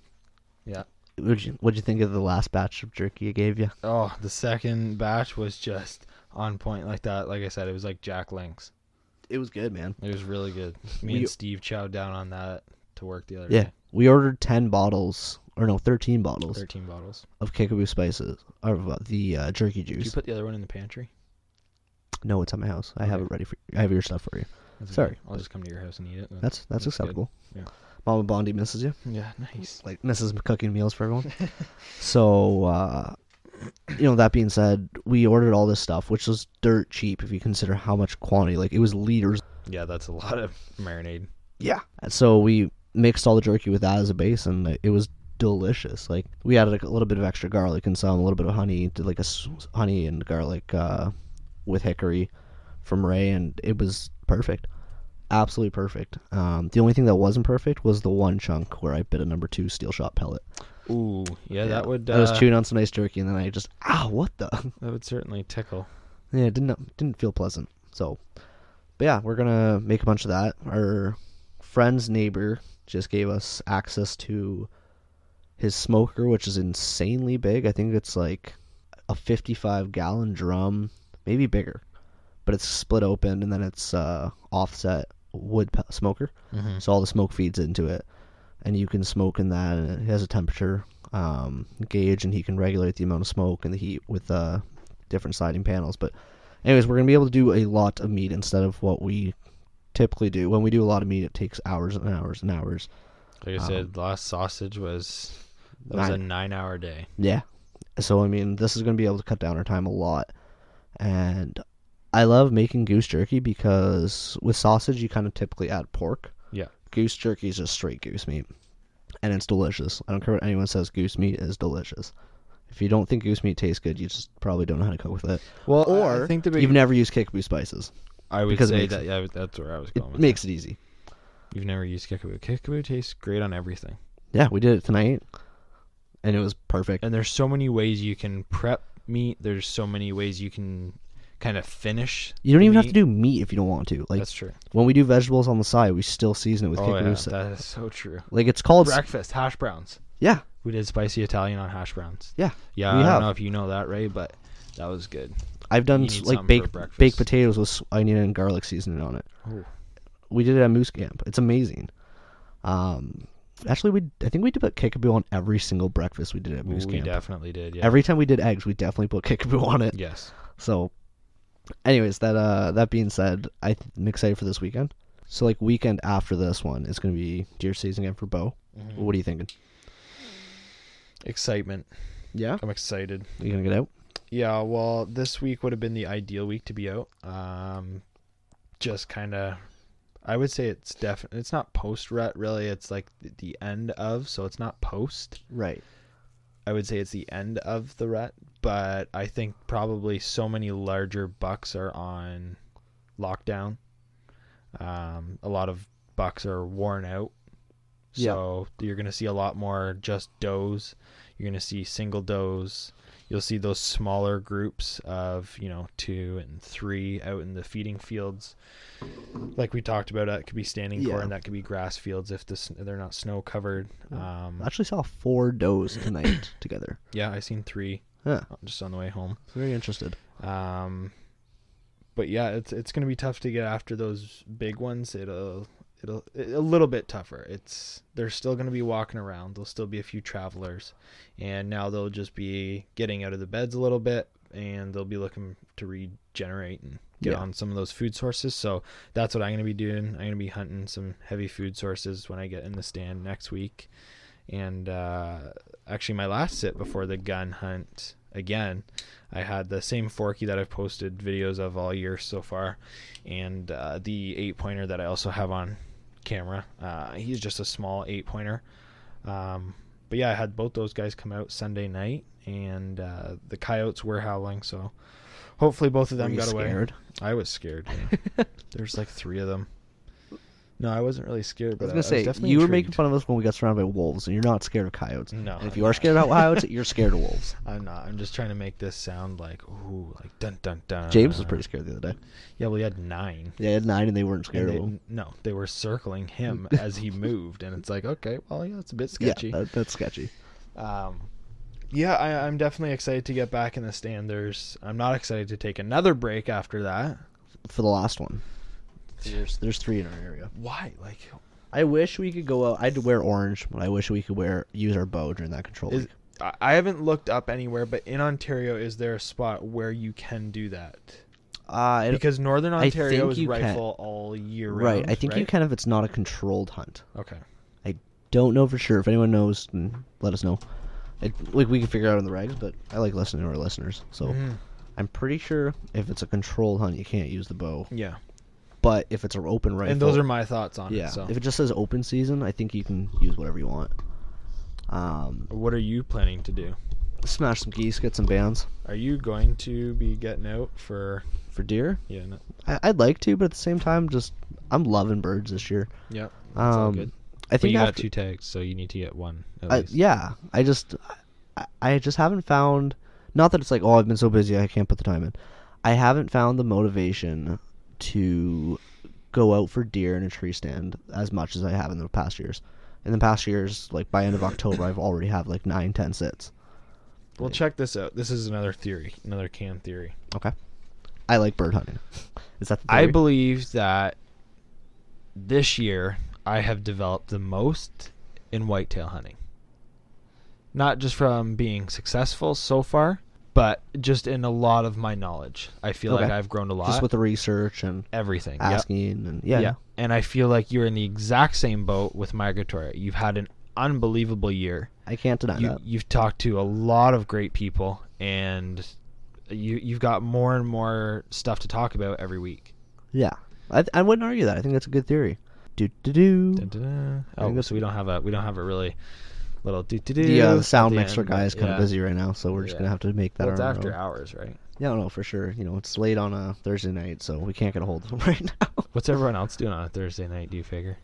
Speaker 1: Yeah.
Speaker 2: What'd you, what'd you think of the last batch of jerky I gave you?
Speaker 1: Oh, the second batch was just on point like that. Like I said, it was like Jack Links.
Speaker 2: It was good, man.
Speaker 1: It was really good. Me
Speaker 2: We-
Speaker 1: and Steve chowed down on that to work the other
Speaker 2: Yeah.
Speaker 1: day.
Speaker 2: We ordered ten bottles, or no, thirteen bottles
Speaker 1: Thirteen bottles.
Speaker 2: of Kickaboo spices, of uh, the uh, jerky
Speaker 1: Did you
Speaker 2: juice.
Speaker 1: put the other one in the pantry?
Speaker 2: No, it's at my house. I have
Speaker 1: Okay.
Speaker 2: it ready for. I have your stuff for you.
Speaker 1: That's okay.
Speaker 2: Sorry.
Speaker 1: I'll just come to your house and eat it. then.
Speaker 2: That's
Speaker 1: That's
Speaker 2: that's,
Speaker 1: good.
Speaker 2: acceptable.
Speaker 1: Yeah.
Speaker 2: Mama Bondi misses you.
Speaker 1: yeah, nice.
Speaker 2: Like misses cooking meals for everyone. so uh you know, that being said, we ordered all this stuff, which was dirt cheap if you consider how much quantity. Like it was liters.
Speaker 1: Yeah, that's a lot of marinade.
Speaker 2: Yeah. So we mixed all the jerky with that as a base and it was delicious. Like we added like, a little bit of extra garlic and some, a little bit of honey, did like a s- honey and garlic uh with hickory from Ray and it was perfect. Absolutely perfect. Um, the only thing that wasn't perfect was the one chunk where I bit a number two steel shot pellet.
Speaker 1: Ooh, yeah, that would. Uh,
Speaker 2: I was chewing on some nice jerky, and then I just ah, what the?
Speaker 1: That would certainly tickle.
Speaker 2: yeah, it didn't didn't feel pleasant. So, but yeah, we're gonna make a bunch of that. Our friend's neighbor just gave us access to his smoker, which is insanely big. I think it's like a 55 gallon drum, maybe bigger, but it's split open and then it's uh, offset wood pe- smoker.
Speaker 1: Mhm.
Speaker 2: So all the smoke feeds into it, and you can smoke in that. And it has a temperature um, gauge, and he can regulate the amount of smoke and the heat with uh, different sliding panels. But, anyways, we're gonna be able to do a lot of meat instead of what we typically do. When we do a lot of meat, it takes hours and hours and hours.
Speaker 1: Like I said, last sausage was that was a nine hour day.
Speaker 2: Yeah. So I mean, this is going to be able to cut down our time a lot. And I love making goose jerky because with sausage you kind of typically add pork.
Speaker 1: Yeah.
Speaker 2: Goose jerky is just straight goose meat. And it's delicious. I don't care what anyone says, goose meat is delicious. If you don't think goose meat tastes good, you just probably don't know how to cook with it.
Speaker 1: Well,
Speaker 2: or
Speaker 1: I think the big,
Speaker 2: you've never used kickapoo spices.
Speaker 1: I would
Speaker 2: because it
Speaker 1: say
Speaker 2: makes-
Speaker 1: that yeah, that's where I was
Speaker 2: It
Speaker 1: going. with
Speaker 2: makes it easy.
Speaker 1: that. You've never used kickapoo. Kickapoo tastes great on everything,
Speaker 2: Yeah, we did it tonight, and it was perfect.
Speaker 1: and there's so many ways you can prep meat. There's so many ways you can kind of finish.
Speaker 2: You don't
Speaker 1: the
Speaker 2: even have
Speaker 1: meat.
Speaker 2: to do meat if you don't want to. Like
Speaker 1: That's true.
Speaker 2: when we do vegetables on the side, we still season it with
Speaker 1: Oh
Speaker 2: kickapoo.
Speaker 1: yeah,
Speaker 2: sa-
Speaker 1: that is so true.
Speaker 2: Like it's called
Speaker 1: Breakfast hash browns.
Speaker 2: yeah,
Speaker 1: We did spicy Italian on hash browns.
Speaker 2: yeah.
Speaker 1: Yeah,
Speaker 2: We
Speaker 1: I
Speaker 2: have.
Speaker 1: don't know if you know that, Ray, but that was good.
Speaker 2: I've done
Speaker 1: You
Speaker 2: s-
Speaker 1: need
Speaker 2: like
Speaker 1: something for
Speaker 2: baked
Speaker 1: breakfast.
Speaker 2: baked potatoes with s- onion and garlic seasoning on it.
Speaker 1: Oh.
Speaker 2: We did it at Moose Camp. It's amazing. Um, actually, we I think we did put kickapoo on every single breakfast we did at Moose
Speaker 1: we
Speaker 2: Camp.
Speaker 1: definitely did. Yeah.
Speaker 2: Every time we did eggs, we definitely put kickapoo on it.
Speaker 1: yes.
Speaker 2: So, anyways, that uh that being said, I th- I'm excited for this weekend. So like weekend after this one, it's gonna be deer season again for Bo.
Speaker 1: Mm-hmm.
Speaker 2: What are you thinking?
Speaker 1: Excitement.
Speaker 2: Yeah,
Speaker 1: I'm excited.
Speaker 2: you gonna get out?
Speaker 1: Yeah, well, this week would have been the ideal week to be out. Um, just kind of, I would say it's definitely it's not post rut really. It's like th- the end of, so it's not post.
Speaker 2: Right.
Speaker 1: I would say it's the end of the rut, but I think probably so many larger bucks are on lockdown. Um, a lot of bucks are worn out.
Speaker 2: Yeah.
Speaker 1: So you're going to see a lot more just does. You're going to see single does. You'll see those smaller groups of, you know, two and three out in the feeding fields. Like we talked about, that could be standing
Speaker 2: Yeah.
Speaker 1: corn, that could be grass fields if this, they're not snow covered. Um,
Speaker 2: I actually saw four does tonight together.
Speaker 1: yeah, I seen three
Speaker 2: Yeah,
Speaker 1: just on the way home.
Speaker 2: very interested.
Speaker 1: Um, but yeah, it's it's gonna be tough to get after those big ones. It'll it'll it- a little bit tougher. It's they're still gonna be walking around. There'll still be a few travelers, and now they'll just be getting out of the beds a little bit, and they'll be looking to regenerate and get
Speaker 2: Yeah.
Speaker 1: on some of those food sources. So that's what I'm gonna be doing. I'm gonna be hunting some heavy food sources when I get in the stand next week, and uh, actually my last sit before the gun hunt again I had the same forky that I've posted videos of all year so far, and uh, the eight pointer that I also have on camera. Uh, he's just a small eight pointer. Um, but yeah, I had both those guys come out Sunday night, and uh, the coyotes were howling. So hopefully both of them
Speaker 2: Were you
Speaker 1: got away.
Speaker 2: scared?
Speaker 1: I was scared. man. There's like three of them. No, I wasn't really scared,
Speaker 2: I
Speaker 1: but
Speaker 2: was gonna say
Speaker 1: definitely
Speaker 2: you were
Speaker 1: intrigued.
Speaker 2: making fun of us when we got surrounded by wolves, and you're not scared of coyotes.
Speaker 1: No,
Speaker 2: and if
Speaker 1: I'm
Speaker 2: you are
Speaker 1: not.
Speaker 2: scared of coyotes, you're scared of wolves.
Speaker 1: I'm not. I'm just trying to make this sound like ooh, like dun dun dun.
Speaker 2: James was pretty scared the other day.
Speaker 1: Yeah, well, he had nine.
Speaker 2: They had nine, and they weren't
Speaker 1: And
Speaker 2: scared of
Speaker 1: they-
Speaker 2: them.
Speaker 1: no, they were circling him as he moved, and it's like, okay, well, yeah, it's a bit sketchy.
Speaker 2: Yeah, that, that's sketchy.
Speaker 1: um, yeah, I, I'm definitely excited to get back in the stand. There's, I'm not excited to take another break after that.
Speaker 2: For the last one, there's there's three in our area.
Speaker 1: Why? Like,
Speaker 2: I wish we could go out. I'd wear orange, but I wish we could wear use our bow during that control.
Speaker 1: is
Speaker 2: week.
Speaker 1: I I haven't looked up anywhere, but in Ontario, is there a spot where you can do that?
Speaker 2: Uh, it-
Speaker 1: Because Northern
Speaker 2: I
Speaker 1: Ontario
Speaker 2: think
Speaker 1: is
Speaker 2: you can.
Speaker 1: rifle all year
Speaker 2: right.
Speaker 1: round.
Speaker 2: I think you
Speaker 1: right?
Speaker 2: can if it's not a controlled hunt.
Speaker 1: Okay.
Speaker 2: I don't know for sure. If anyone knows, mm, let us know. It, like we can figure out in the regs, but I like listening to our listeners. So
Speaker 1: Mhm.
Speaker 2: I'm pretty sure if it's a controlled hunt, you can't use the bow.
Speaker 1: Yeah.
Speaker 2: But if it's an open rifle,
Speaker 1: And those are my thoughts on
Speaker 2: yeah.
Speaker 1: it. So,
Speaker 2: If it just says open season, I think you can use whatever you want. Um,
Speaker 1: what are you planning to do?
Speaker 2: smash some geese, get some bands
Speaker 1: Are you going to be getting out for?
Speaker 2: for deer.
Speaker 1: Yeah. No,
Speaker 2: I, I'd like to, but at the same time, just I'm loving birds this year.
Speaker 1: yeah. That's all
Speaker 2: Um,
Speaker 1: good.
Speaker 2: I
Speaker 1: But
Speaker 2: think
Speaker 1: you got
Speaker 2: after-
Speaker 1: two tags, so you need to get one. At
Speaker 2: I,
Speaker 1: least.
Speaker 2: yeah, I just, I, I just haven't found. Not that it's like, oh, I've been so busy, I can't put the time in. I haven't found the motivation to go out for deer in a tree stand as much as I have in the past years. in the past years, like by end of October, I've already have like nine, ten sits.
Speaker 1: Well, check this out. This is another theory, another can theory.
Speaker 2: Okay, I like bird hunting. Is that the
Speaker 1: I
Speaker 2: theory?
Speaker 1: believe that this year I have developed the most in whitetail hunting. Not just from being successful so far, but just in a lot of my knowledge. I feel like
Speaker 2: Okay.
Speaker 1: I've grown a lot.
Speaker 2: just with the research and
Speaker 1: everything. Yep.
Speaker 2: asking and yeah, yeah.
Speaker 1: And I feel like you're in the exact same boat with migratory. You've had an unbelievable year.
Speaker 2: I can't deny
Speaker 1: You,
Speaker 2: that.
Speaker 1: you've talked to a lot of great people, and you you've got more and more stuff to talk about every week.
Speaker 2: Yeah, I, I wouldn't argue that. I think that's a good theory. Do do do.
Speaker 1: Dun, dun, dun.
Speaker 2: I think
Speaker 1: Oh,
Speaker 2: that's-
Speaker 1: so we don't have a we don't have a really little do do do.
Speaker 2: The, uh, the sound mixer guy is kind of busy right now, so we're just
Speaker 1: Yeah.
Speaker 2: gonna have to make that.
Speaker 1: Well, it's
Speaker 2: our own.
Speaker 1: after hours, right?
Speaker 2: Yeah, no, for sure. You know, it's late on a Thursday night, so we can't get a hold of him right now.
Speaker 1: What's everyone else doing on a Thursday night? Do you figure?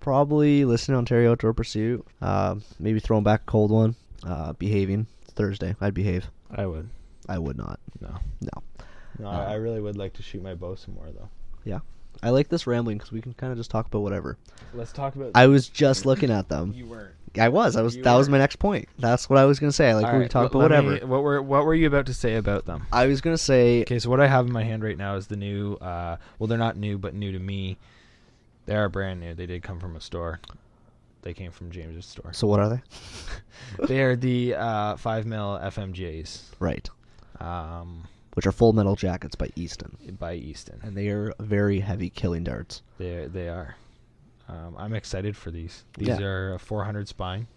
Speaker 2: Probably listening to Ontario Outdoor Pursuit. Uh, maybe throwing back a cold one. Uh, behaving It's Thursday. I'd behave.
Speaker 1: I would.
Speaker 2: I would not.
Speaker 1: No.
Speaker 2: No.
Speaker 1: No,
Speaker 2: I- I
Speaker 1: really would like to shoot my bow some more though.
Speaker 2: I like this rambling because we can kind of just talk about whatever.
Speaker 1: Let's talk about.
Speaker 2: I was just looking at them.
Speaker 1: you weren't.
Speaker 2: I was. I was.
Speaker 1: You
Speaker 2: That was
Speaker 1: were.
Speaker 2: my next point. That's what I was gonna say. I Like we can talk about whatever.
Speaker 1: what were what were you about to say about them?
Speaker 2: I was gonna say.
Speaker 1: Okay, so what I have in my hand right now is the new. Uh, well, they're not new, but new to me. They are brand new. They did come from a store. They came from James's store.
Speaker 2: So what are they?
Speaker 1: they are the uh, five mil FMGs
Speaker 2: Right.
Speaker 1: um,
Speaker 2: Which are full metal jackets by Easton,
Speaker 1: by Easton.
Speaker 2: and they are very heavy killing darts.
Speaker 1: They they are. Um, I'm excited for these. These
Speaker 2: Yeah.
Speaker 1: are a 400 spine.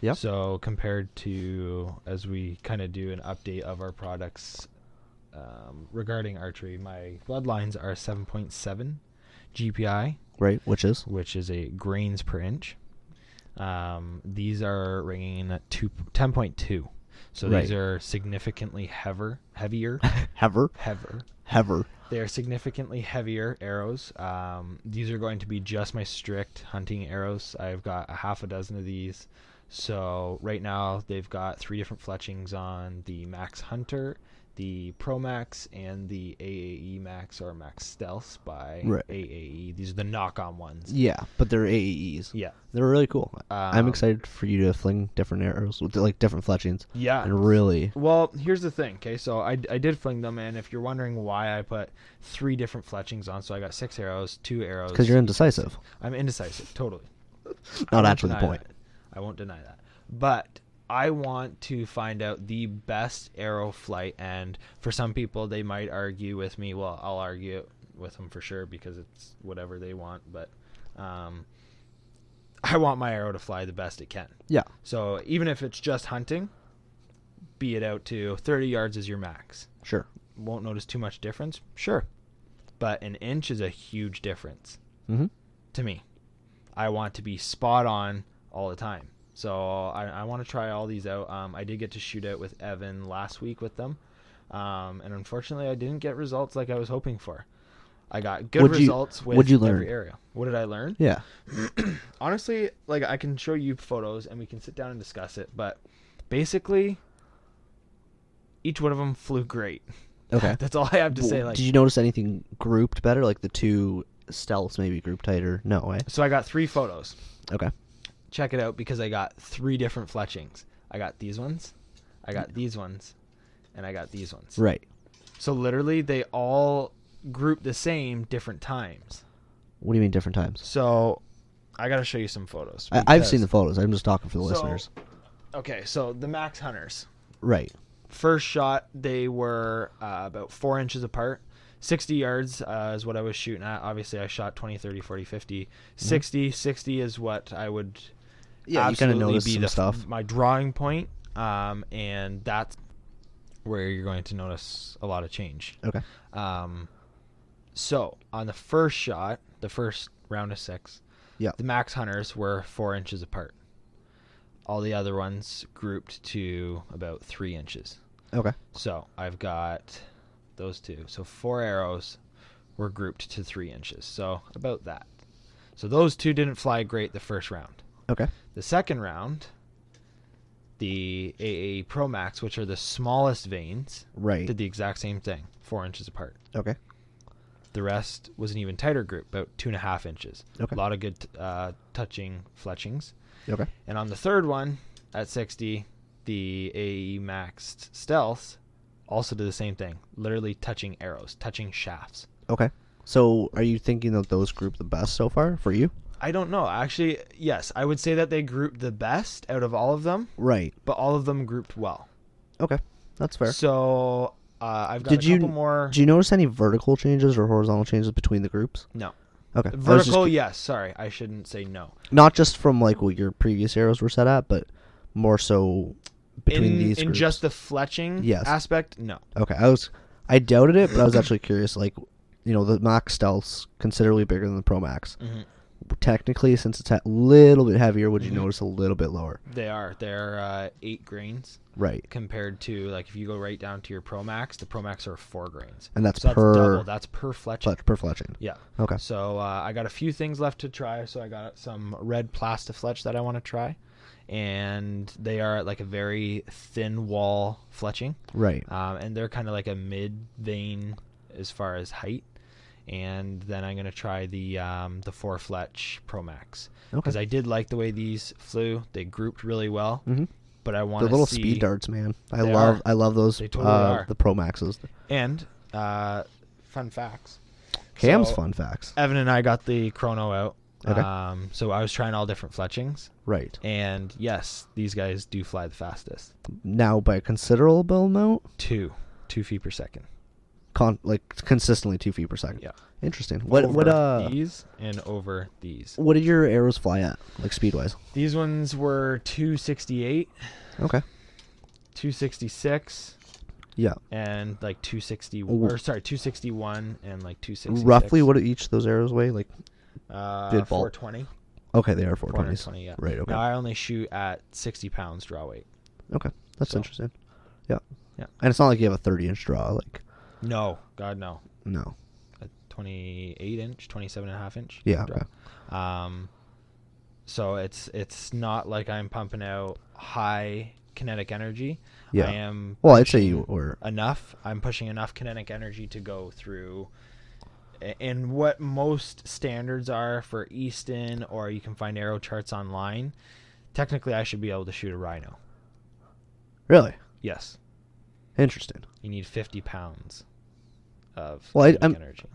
Speaker 2: Yep.
Speaker 1: So compared to as we kind of do an update of our products um, regarding archery, my bloodlines are 7.7 GPI.
Speaker 2: Right. Which is
Speaker 1: which is a grains per inch. Um, these are ringing at two, 10.2. So these
Speaker 2: Right.
Speaker 1: are significantly heavier, heavier,
Speaker 2: hever
Speaker 1: heavier.
Speaker 2: hever.
Speaker 1: They are significantly heavier arrows. Um, these are going to be just my strict hunting arrows. I've got a half a dozen of these. So right now they've got three different fletchings on the Max Hunter, the Pro Max, and the AAE Max or Max Stealth by
Speaker 2: Right.
Speaker 1: AAE. E. These are the knock-on ones.
Speaker 2: Yeah, but they're AEEs.
Speaker 1: Yeah.
Speaker 2: They're really cool. I'm
Speaker 1: Um,
Speaker 2: excited for you to fling different arrows with like different fletchings
Speaker 1: Yeah.
Speaker 2: and really
Speaker 1: Well, here's the thing. Okay, so I, I did fling them, and if you're wondering why I put three different fletchings on, so I got six arrows, two arrows.
Speaker 2: because you're indecisive.
Speaker 1: I'm indecisive, totally. I
Speaker 2: Not
Speaker 1: won't
Speaker 2: actually the
Speaker 1: deny
Speaker 2: point.
Speaker 1: that. I won't deny that. But I want to find out the best arrow flight, and for some people, they might argue with me. Well, I'll argue it with them for sure because it's whatever they want. But um, I want my arrow to fly the best it can.
Speaker 2: Yeah.
Speaker 1: So even if it's just hunting, be it out to 30 yards is your max.
Speaker 2: Sure.
Speaker 1: Won't notice too much difference, sure. But an inch is a huge difference
Speaker 2: Mm-hmm.
Speaker 1: to me. I want to be spot on all the time. So I, I want to try all these out. Um, I did get to shoot out with Evan last week with them. Um, and unfortunately, I didn't get results like I was hoping for. I got good
Speaker 2: What'd you-
Speaker 1: results with
Speaker 2: what'd you learn?
Speaker 1: every area. What did I learn?
Speaker 2: Yeah.
Speaker 1: honestly, like I can show you photos and we can sit down and discuss it, but basically each one of them flew great.
Speaker 2: Okay.
Speaker 1: That's all I have to say
Speaker 2: W-
Speaker 1: like
Speaker 2: Did you notice anything grouped better? Like the two stealths maybe grouped tighter? No, way.
Speaker 1: so I got 3 photos.
Speaker 2: Okay.
Speaker 1: Check it out because I got 3 different fletchings. I got these ones, I got these ones, and I got these ones.
Speaker 2: Right.
Speaker 1: So literally they all group the same different times.
Speaker 2: What do you mean different times?
Speaker 1: So I got to show you some photos.
Speaker 2: I, I've
Speaker 1: because-
Speaker 2: seen the photos. I'm just talking for the
Speaker 1: So-
Speaker 2: listeners.
Speaker 1: Okay, so the Max Hunters.
Speaker 2: Right.
Speaker 1: first shot they were uh, about four inches apart 60 yards uh, is what i was shooting at obviously i shot 20 30 40 50 60 60 is what i would
Speaker 2: Mm-hmm. Yeah, you kinda
Speaker 1: absolutely
Speaker 2: notice
Speaker 1: be
Speaker 2: some
Speaker 1: the,
Speaker 2: stuff.
Speaker 1: my drawing point um, and that's where you're going to notice a lot of change
Speaker 2: Okay.
Speaker 1: um, so on the first shot the first round of six
Speaker 2: Yeah.
Speaker 1: the max hunters were four inches apart all the other ones grouped to about three inches
Speaker 2: Okay.
Speaker 1: so I've got those two. So four arrows were grouped to three inches. So about that. So those two didn't fly great the first round.
Speaker 2: Okay.
Speaker 1: The second round, the AA Pro Max, which are the smallest veins,
Speaker 2: Right. Oh,
Speaker 1: did the exact same thing, four inches apart.
Speaker 2: Okay.
Speaker 1: The rest was an even tighter group, about two and a half inches.
Speaker 2: Okay.
Speaker 1: A lot of good uh, touching fletchings.
Speaker 2: Okay.
Speaker 1: And on the third one, at 60, the AE maxed stealths also did the same thing, literally touching arrows, touching shafts.
Speaker 2: Okay. So are you thinking that those group the best so far for you?
Speaker 1: I don't know. Actually, yes, I would say that they grouped the best out of all of them,
Speaker 2: Right.
Speaker 1: but all of them grouped well.
Speaker 2: Okay. That's fair.
Speaker 1: So uh, I've got a
Speaker 2: Did you-
Speaker 1: couple more.
Speaker 2: Do you notice any vertical changes or horizontal changes between the groups?
Speaker 1: No.
Speaker 2: Okay. I was just
Speaker 1: Vertical, yes. Sorry, I shouldn't say no.
Speaker 2: not just from like what your previous arrows were set at, but more so between
Speaker 1: in,
Speaker 2: these
Speaker 1: in
Speaker 2: groups.
Speaker 1: just the fletching
Speaker 2: Yes.
Speaker 1: aspect, no.
Speaker 2: okay, I was I doubted it, but I was actually curious. Like, you know, the max stealth's considerably bigger than the pro max.
Speaker 1: Mhm.
Speaker 2: Technically, since it's a little bit heavier, would you
Speaker 1: Mhm.
Speaker 2: notice a little bit lower?
Speaker 1: They are they're uh, eight grains
Speaker 2: Right,
Speaker 1: compared to like if you go right down to your Pro Max, the Pro Max are four grains.
Speaker 2: and that's
Speaker 1: So that's double.
Speaker 2: per
Speaker 1: That's per fletching.
Speaker 2: fletch, per fletching.
Speaker 1: Yeah.
Speaker 2: Okay,
Speaker 1: So uh, I got a few things left to try. So I got some red plastifletch that I want to try, and they are like a very thin wall fletching.
Speaker 2: right.
Speaker 1: um, and they're kind of like a mid vein as far as height. And then I'm gonna try the um, the four fletch Pro Max because
Speaker 2: Okay,
Speaker 1: I did like the way these flew. They grouped really well,
Speaker 2: Mhm.
Speaker 1: but I
Speaker 2: the
Speaker 1: want
Speaker 2: little
Speaker 1: see,
Speaker 2: speed darts, man. I
Speaker 1: They
Speaker 2: love
Speaker 1: are.
Speaker 2: I love those.
Speaker 1: They totally
Speaker 2: uh,
Speaker 1: are.
Speaker 2: The pro maxes.
Speaker 1: And uh, fun facts.
Speaker 2: Cam's
Speaker 1: So,
Speaker 2: fun facts.
Speaker 1: Evan and I got the chrono out.
Speaker 2: Okay.
Speaker 1: Um, so I was trying all different fletchings,
Speaker 2: Right
Speaker 1: and yes, these guys do fly the fastest.
Speaker 2: now, by a considerable amount,
Speaker 1: Two, two feet per second.
Speaker 2: con- like consistently two feet per second.
Speaker 1: Yeah.
Speaker 2: Interesting. What what
Speaker 1: Over
Speaker 2: uh
Speaker 1: these and over these.
Speaker 2: what did your arrows fly at like speed wise?
Speaker 1: These ones were 268,
Speaker 2: Okay.
Speaker 1: 266,
Speaker 2: Yeah.
Speaker 1: and like 260
Speaker 2: Ooh.
Speaker 1: or sorry, 261 and like 266.
Speaker 2: Roughly what do each of those arrows weigh? Like
Speaker 1: uh,
Speaker 2: did Bolt?
Speaker 1: 420.
Speaker 2: okay, they are four twenties.
Speaker 1: 420, yeah.
Speaker 2: Right, okay.
Speaker 1: Now I only shoot at 60 pounds draw weight.
Speaker 2: Okay. That's
Speaker 1: so-
Speaker 2: interesting. Yeah.
Speaker 1: Yeah.
Speaker 2: And it's not like you have a thirty inch draw, like
Speaker 1: No, God no.
Speaker 2: no.
Speaker 1: A 28 inch, 27 and a half inch.
Speaker 2: Yeah,
Speaker 1: draw.
Speaker 2: okay.
Speaker 1: Um so it's it's not like I'm pumping out high kinetic energy.
Speaker 2: Yeah.
Speaker 1: I am
Speaker 2: Well I'd say
Speaker 1: pushing-
Speaker 2: you were
Speaker 1: enough. I'm pushing enough kinetic energy to go through. a- And what most standards are for Easton, or you can find arrow charts online. Technically, I should be able to shoot a rhino.
Speaker 2: really
Speaker 1: Yes,
Speaker 2: interesting.
Speaker 1: you need 50 pounds of
Speaker 2: Well, I-
Speaker 1: kinetic
Speaker 2: I'm-
Speaker 1: energy.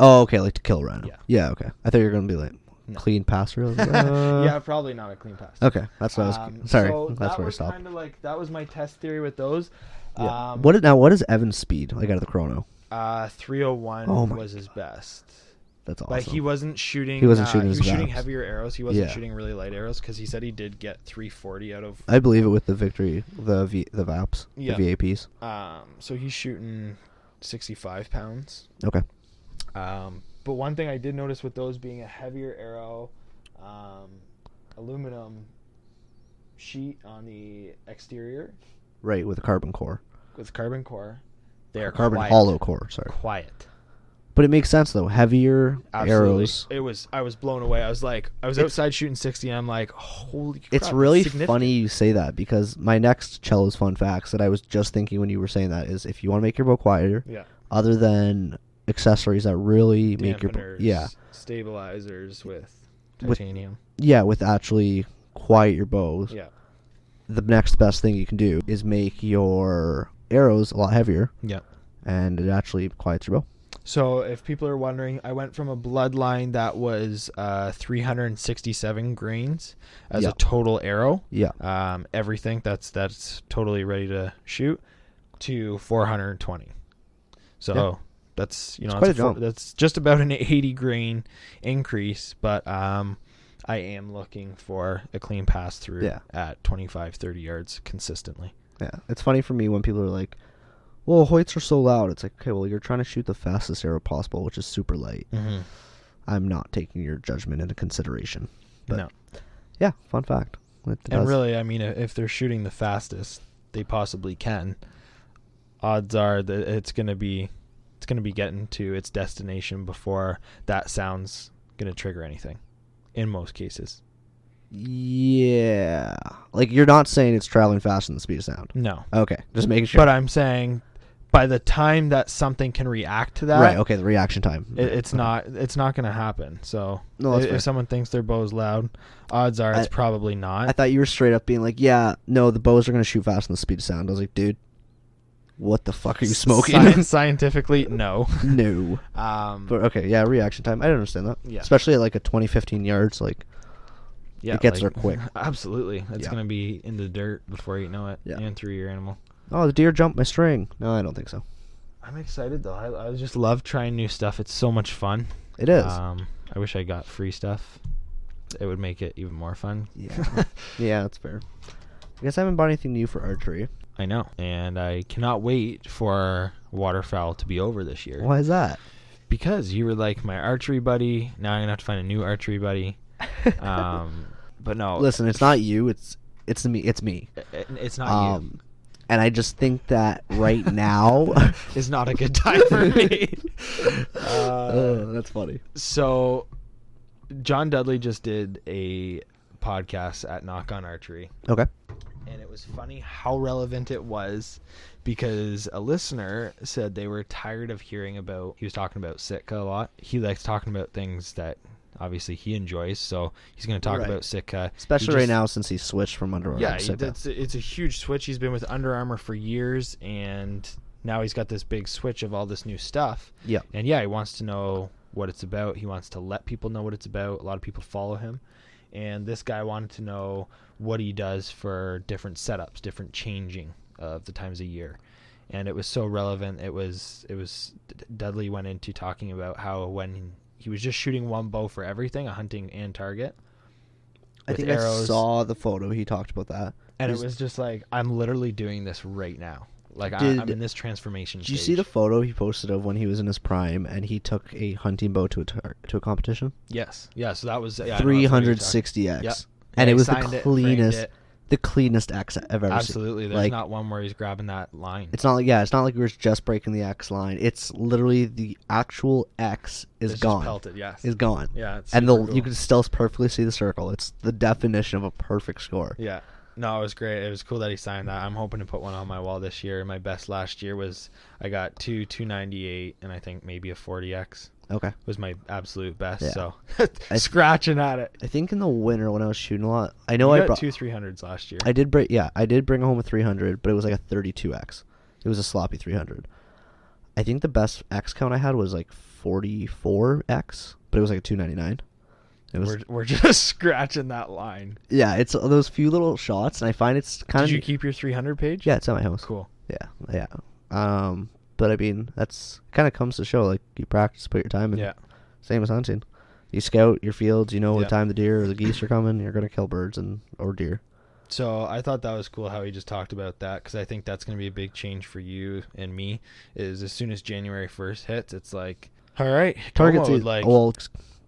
Speaker 2: Oh, okay, like to kill Rhino.
Speaker 1: Yeah.
Speaker 2: okay. I thought you were gonna be like
Speaker 1: No.
Speaker 2: clean pass arrows. Uh,
Speaker 1: yeah, probably not a clean pass.
Speaker 2: Okay. That's what I
Speaker 1: Um,
Speaker 2: was sorry,
Speaker 1: so
Speaker 2: that's
Speaker 1: that
Speaker 2: where I
Speaker 1: was
Speaker 2: stopped.
Speaker 1: Kind of like that was my test theory with those.
Speaker 2: yeah.
Speaker 1: Um,
Speaker 2: what is, now what is Evan's speed like out of the chrono?
Speaker 1: Uh, 301
Speaker 2: Oh my
Speaker 1: was his best.
Speaker 2: That's awesome.
Speaker 1: But he wasn't shooting.
Speaker 2: He wasn't
Speaker 1: uh,
Speaker 2: shooting
Speaker 1: He
Speaker 2: his
Speaker 1: was shooting
Speaker 2: baps.
Speaker 1: heavier arrows. He wasn't
Speaker 2: Yeah.
Speaker 1: shooting really light arrows because he said he did get 340 out of.
Speaker 2: I believe it with the victory, the v, the VAPs,
Speaker 1: Yeah.
Speaker 2: the VAPs.
Speaker 1: Um, so he's shooting 65 pounds.
Speaker 2: Okay.
Speaker 1: Um, but one thing I did notice with those being a heavier arrow, um, aluminum sheet on the exterior
Speaker 2: Right, with a carbon core,
Speaker 1: with carbon core, they are
Speaker 2: carbon
Speaker 1: quiet.
Speaker 2: hollow core. Sorry,
Speaker 1: Quiet.
Speaker 2: but it makes sense though. Heavier
Speaker 1: Absolutely.
Speaker 2: arrows.
Speaker 1: It was. I was blown away. I was like, I was
Speaker 2: It's-
Speaker 1: outside shooting 60, and I'm like, holy. Crap,
Speaker 2: It's really
Speaker 1: significant.
Speaker 2: funny you say that because my next cello's fun facts that I was just thinking when you were saying that is if you want to make your bow quieter,
Speaker 1: Yeah.
Speaker 2: other than accessories that really make your bow,
Speaker 1: dampeners,
Speaker 2: yeah
Speaker 1: stabilizers with
Speaker 2: With-
Speaker 1: titanium.
Speaker 2: yeah with actually quiet your bows,
Speaker 1: yeah,
Speaker 2: the next best thing you can do is make your arrows a lot heavier
Speaker 1: yeah.
Speaker 2: and it actually quiets your bow.
Speaker 1: So if people are wondering, I went from a bloodline that was uh, 367 grains as
Speaker 2: Yeah.
Speaker 1: a total arrow,
Speaker 2: Yeah,
Speaker 1: um, everything that's that's totally ready to shoot, to 420. So
Speaker 2: Yeah.
Speaker 1: that's you
Speaker 2: It's
Speaker 1: know
Speaker 2: quite
Speaker 1: that's,
Speaker 2: a
Speaker 1: four-
Speaker 2: jump.
Speaker 1: that's just about an 80 grain increase, but um, I am looking for a clean pass through
Speaker 2: Yeah.
Speaker 1: at 25 30 yards consistently.
Speaker 2: Yeah, it's funny for me when people are like, "Well, Hoyts are so loud." It's like, okay, well, you're trying to shoot the fastest arrow possible, which is super light.
Speaker 1: Mm-hmm.
Speaker 2: I'm not taking your judgment into consideration. But
Speaker 1: no.
Speaker 2: yeah, fun fact. It
Speaker 1: And
Speaker 2: does-
Speaker 1: really, I mean, i- if they're shooting the fastest they possibly can, odds are that it's gonna be, it's gonna be getting to its destination before that sound's gonna trigger anything. In most cases,
Speaker 2: yeah, like you're not saying it's traveling faster than the speed of sound.
Speaker 1: no.
Speaker 2: Okay, just making sure.
Speaker 1: But I'm saying by the time that something can react to that,
Speaker 2: right. Okay. The reaction time.
Speaker 1: it, it's not it's not going to happen. So
Speaker 2: No,
Speaker 1: if,
Speaker 2: that's
Speaker 1: if
Speaker 2: fair.
Speaker 1: someone thinks their bow's loud, odds are it's
Speaker 2: I-
Speaker 1: probably not.
Speaker 2: I thought you were straight up being like, "Yeah, no, the bows are gonna shoot faster than the speed of sound." I was like, "Dude, what the fuck are you
Speaker 1: Sci-
Speaker 2: smoking?"
Speaker 1: scientifically, no.
Speaker 2: no.
Speaker 1: Um,
Speaker 2: But okay, yeah, reaction time. I didn't understand that.
Speaker 1: Yeah.
Speaker 2: Especially at like a 20, 15 yards, like
Speaker 1: yeah,
Speaker 2: it gets there quick.
Speaker 1: Absolutely, it's
Speaker 2: Yeah.
Speaker 1: going to be in the dirt before you know it,
Speaker 2: Yeah.
Speaker 1: and through your animal.
Speaker 2: oh, the deer jumped my string. No, I don't think so.
Speaker 1: I'm excited though. I, I just love trying new stuff. It's so much fun.
Speaker 2: It is.
Speaker 1: Um, I wish I got free stuff. It would make it even more fun.
Speaker 2: Yeah. yeah, that's fair. I guess I haven't bought anything new for archery.
Speaker 1: I know, and I cannot wait for waterfowl to be over this year.
Speaker 2: Why is that?
Speaker 1: Because you were like my archery buddy. Now I'm gonna have to find a new archery buddy. Um, but no,
Speaker 2: Listen, it's not you. It's it's me. It's me.
Speaker 1: i- i- it's not you.
Speaker 2: um, and I just think that right now.
Speaker 1: It's not a good time for me. Uh,
Speaker 2: Oh, that's funny.
Speaker 1: so, John Dudley just did a podcast at Knock on Archery.
Speaker 2: Okay.
Speaker 1: and it was funny how relevant it was because a listener said they were tired of hearing about he was talking about Sitka a lot. He likes talking about things that obviously he enjoys, so he's going to talk
Speaker 2: Right.
Speaker 1: about Sitka. He
Speaker 2: Especially right
Speaker 1: just-
Speaker 2: now since he switched from Under Armour.
Speaker 1: Yeah,
Speaker 2: to
Speaker 1: he-
Speaker 2: Sigma.
Speaker 1: that's it's a huge switch. He's been with Under Armour for years and now he's got this big switch of all this new stuff.
Speaker 2: Yeah.
Speaker 1: And yeah, he wants to know what it's about. He wants to let people know what it's about. A lot of people follow him. And this guy wanted to know what he does for different setups, different changing of the times a year. And it was so relevant. It was it was Dudley went into talking about how when he was just shooting one bow for everything, a hunting and target.
Speaker 2: I
Speaker 1: with
Speaker 2: think I
Speaker 1: arrows.
Speaker 2: saw the photo. He talked about that.
Speaker 1: And it
Speaker 2: Is-
Speaker 1: was just like I'm literally doing this right now. Like I,
Speaker 2: Did-
Speaker 1: I'm in this transformation.
Speaker 2: Did you see the
Speaker 1: stage.
Speaker 2: photo he posted of when he was in his prime and he took a hunting bow to a tar- to a competition?
Speaker 1: yes, yeah. So that was yeah, I know that's what you were talking-
Speaker 2: 360x.
Speaker 1: Yep.
Speaker 2: And
Speaker 1: Yeah,
Speaker 2: it
Speaker 1: he
Speaker 2: was the
Speaker 1: signed it, framed
Speaker 2: cleanest
Speaker 1: it.
Speaker 2: the cleanest X I've ever seen.
Speaker 1: Absolutely. There's
Speaker 2: Like-
Speaker 1: not one where he's grabbing that line.
Speaker 2: It's not like yeah, it's not like we were just breaking the X line. It's literally the actual X
Speaker 1: It's
Speaker 2: is
Speaker 1: Just
Speaker 2: gone.
Speaker 1: pelted. Yes.
Speaker 2: Is gone.
Speaker 1: yeah. It's
Speaker 2: and
Speaker 1: super
Speaker 2: the
Speaker 1: cool.
Speaker 2: you can still perfectly see the circle. It's the definition of a perfect score.
Speaker 1: Yeah. No, it was great. It was cool that he signed that. I'm hoping to put one on my wall this year. My best last year was I got two 298 and I think maybe a 40x
Speaker 2: Okay.
Speaker 1: was my absolute best.
Speaker 2: Yeah.
Speaker 1: So
Speaker 2: I-
Speaker 1: scratching at it.
Speaker 2: I think in the winter when I was shooting a lot, I
Speaker 1: No,
Speaker 2: know I
Speaker 1: got
Speaker 2: brought
Speaker 1: two 300s last year.
Speaker 2: I did bring yeah, I did bring home a 300, but it was like a 32x. It was a sloppy 300. I think the best x count I had was like 44x, but it was like a 299. It was
Speaker 1: we're, we're just scratching that line.
Speaker 2: yeah, it's those few little shots, and I find it's kind
Speaker 1: Did
Speaker 2: of
Speaker 1: you keep your 300 page?
Speaker 2: yeah, it's at my house.
Speaker 1: Cool.
Speaker 2: Yeah, yeah. Um, but I mean that's kind of comes to show like you practice, put your time in.
Speaker 1: Yeah.
Speaker 2: Same as hunting. You scout your fields. You know what
Speaker 1: Yeah.
Speaker 2: time the deer or the geese are coming. You're gonna kill birds and or deer.
Speaker 1: So I thought that was cool how he just talked about that because I think that's going to be a big change for you and me. Is as soon as January 1st hits, it's like, all right,
Speaker 2: Target
Speaker 1: Como would
Speaker 2: season. Oh,
Speaker 1: like
Speaker 2: well,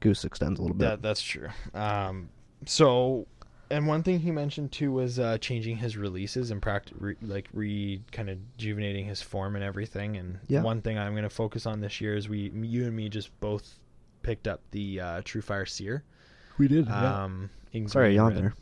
Speaker 2: goose extends a little bit.
Speaker 1: that. That's true. Um, so, and one thing he mentioned too was uh, changing his releases and pract- re- like re kind of rejuvenating his form and everything. And
Speaker 2: Yeah.
Speaker 1: one thing I'm going to focus on this year is we, you and me, just both picked up the uh, True Fire Seer.
Speaker 2: We did.
Speaker 1: Um, Kingsman
Speaker 2: Sorry, yawn
Speaker 1: Red.
Speaker 2: there.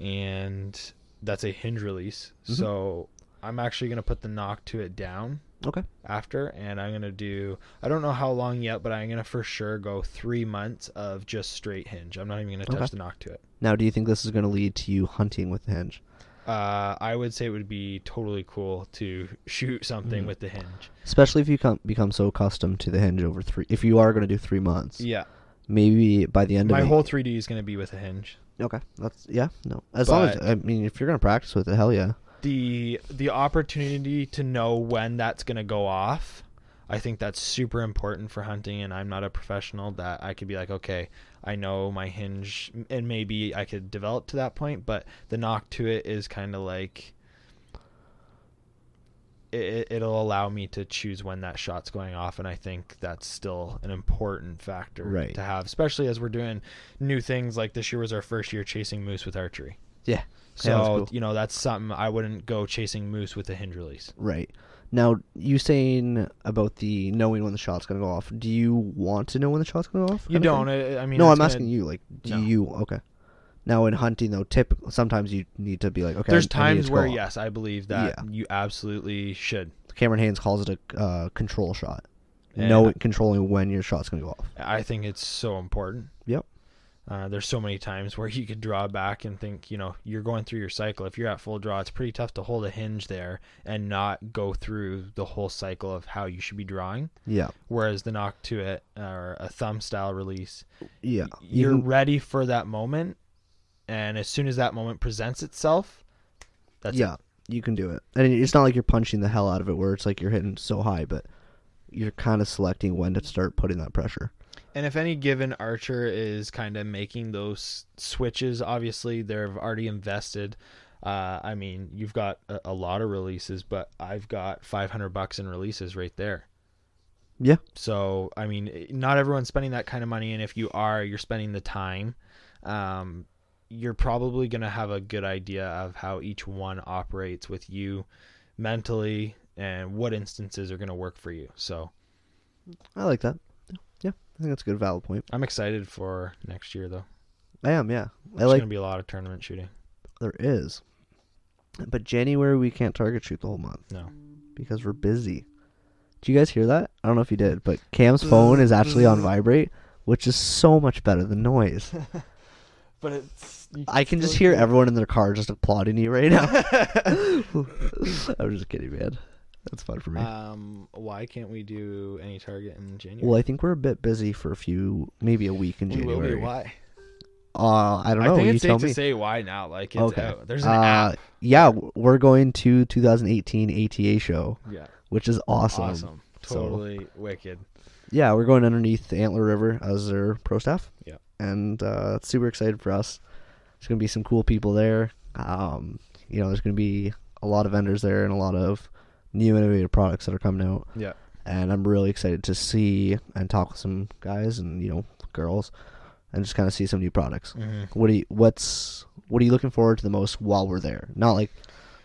Speaker 1: and that's a hinge release.
Speaker 2: Mhm.
Speaker 1: So I'm actually gonna put the knock to it down
Speaker 2: Okay.
Speaker 1: after, and I'm gonna do I don't know how long yet, but I'm gonna for sure go three months of just straight hinge. I'm not even gonna touch
Speaker 2: Okay.
Speaker 1: the knock to it.
Speaker 2: Now, do you think this is going to lead to you hunting with the hinge?
Speaker 1: Uh, I would say it would be totally cool to shoot something
Speaker 2: Mhm.
Speaker 1: with the hinge.
Speaker 2: Especially if you come, become so accustomed to the hinge over three. If you are going to do three months,
Speaker 1: Yeah,
Speaker 2: maybe by the end
Speaker 1: my
Speaker 2: of it-
Speaker 1: whole 3D is gonna be with a hinge.
Speaker 2: Okay, that's yeah. No, as long as
Speaker 1: But-
Speaker 2: I mean, if you're going to practice with it, hell yeah.
Speaker 1: the the opportunity to know when that's going to go off i think that's super important for hunting and i'm not a professional that i could be like okay i know my hinge and maybe i could develop to that point but the knock to it is kind of like it- it, it'll allow me to choose when that shot's going off and i think that's still an important factor
Speaker 2: Right.
Speaker 1: to have especially as we're doing new things like this year was our first year chasing moose with archery
Speaker 2: Yeah.
Speaker 1: so
Speaker 2: Yeah, that's cool.
Speaker 1: you know that's something I wouldn't go chasing moose with a hinge release.
Speaker 2: Right. Now, you saying about the knowing when the shot's going to go off. Do you want to know when the shot's going to go off?
Speaker 1: You
Speaker 2: kinda
Speaker 1: don't.
Speaker 2: thing?
Speaker 1: I, I mean,
Speaker 2: no,
Speaker 1: it's
Speaker 2: I'm
Speaker 1: gonna-
Speaker 2: asking you. Like, do
Speaker 1: No.
Speaker 2: you okay? Now, in hunting though, typically sometimes you need to be like, okay.
Speaker 1: There's
Speaker 2: I- I need it
Speaker 1: times
Speaker 2: to go
Speaker 1: where
Speaker 2: off.
Speaker 1: yes, I believe that
Speaker 2: Yeah.
Speaker 1: you absolutely should.
Speaker 2: Cameron Haynes calls it a uh, control shot.
Speaker 1: And
Speaker 2: Know controlling when your shot's gonna go off.
Speaker 1: I think it's so important.
Speaker 2: Yep.
Speaker 1: Uh, there's so many times where you could draw back and think, you know, you're going through your cycle. If you're at full draw, it's pretty tough to hold a hinge there and not go through the whole cycle of how you should be drawing.
Speaker 2: Yeah,
Speaker 1: Whereas the knock to it or a thumb style release,
Speaker 2: yeah. You
Speaker 1: you're
Speaker 2: can-
Speaker 1: ready for that moment, and as soon as that moment presents itself, that's
Speaker 2: yeah, you can do it. And it's not like you're punching the hell out of it where it's like you're hitting so high, but you're kind of selecting when to start putting that pressure.
Speaker 1: And if any given archer is kind of making those switches, obviously they've already invested. Uh, I mean, you've got a, a lot of releases, but I've got 500 bucks in releases right there.
Speaker 2: Yeah.
Speaker 1: So, I mean, it- not everyone's spending that kind of money, and if you are, you're spending the time. Um, you're probably going to have a good idea of how each one operates with you mentally and what instances are going to work for you. So,
Speaker 2: I like that. Yeah, I think that's a good valid point.
Speaker 1: I'm excited for next year, though.
Speaker 2: I am. Yeah, I
Speaker 1: There's
Speaker 2: like
Speaker 1: going to be a lot of tournament shooting.
Speaker 2: there is, but January we can't target shoot the whole month.
Speaker 1: No.
Speaker 2: because we're busy. Did you guys hear that? I don't know if you did, but Cam's phone is actually on vibrate, which is so much better than noise.
Speaker 1: But it's.
Speaker 2: I can just hear everyone in their car just applauding you right now. I'm just kidding, man. That's fun for me.
Speaker 1: Um, why can't we do any target in January?
Speaker 2: well, I think we're a bit busy for a few, maybe a week in
Speaker 1: We will
Speaker 2: January.
Speaker 1: be. Why?
Speaker 2: Uh, I don't
Speaker 1: I
Speaker 2: know.
Speaker 1: think
Speaker 2: you
Speaker 1: it's
Speaker 2: tell
Speaker 1: safe
Speaker 2: me.
Speaker 1: to say why now. Like it's
Speaker 2: Okay.
Speaker 1: out. There's an
Speaker 2: Uh,
Speaker 1: app.
Speaker 2: Yeah, w- we're going to 2018 ATA show,
Speaker 1: Yeah.
Speaker 2: which is awesome.
Speaker 1: Awesome. Totally wicked.
Speaker 2: Yeah, we're going underneath Antler River as their pro staff.
Speaker 1: Yeah.
Speaker 2: and uh, it's super excited for us. There's gonna be some cool people there. Um, you know, there's gonna be a lot of vendors there and a lot of new innovative products that are coming out.
Speaker 1: Yeah.
Speaker 2: and I'm really excited to see and talk with some guys and you know girls, and just kind of see some new products.
Speaker 1: Mm-hmm.
Speaker 2: What do you what's what are you looking forward to the most while we're there? Not like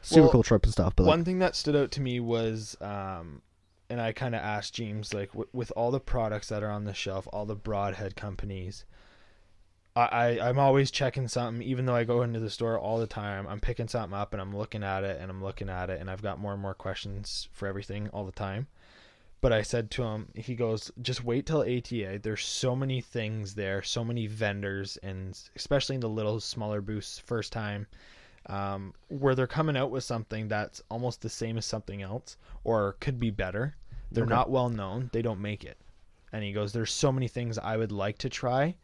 Speaker 2: super
Speaker 1: Well,
Speaker 2: cool trip and stuff, but like,
Speaker 1: One thing that stood out to me was, um, and I kind of asked James, like, w- with all the products that are on the shelf, all the broadhead companies, I, I, I'm always checking something, even though I go into the store all the time. I'm picking something up and I'm looking at it and I'm looking at it, and I've got more and more questions for everything all the time. But I said to him, he goes, just wait till ATA. There's so many things there, so many vendors, and especially in the little smaller booths, first time um, where they're coming out with something that's almost the same as something else or could be better. They're
Speaker 2: Okay.
Speaker 1: not well known. They don't make it. And he goes, "There's so many things I would like to try,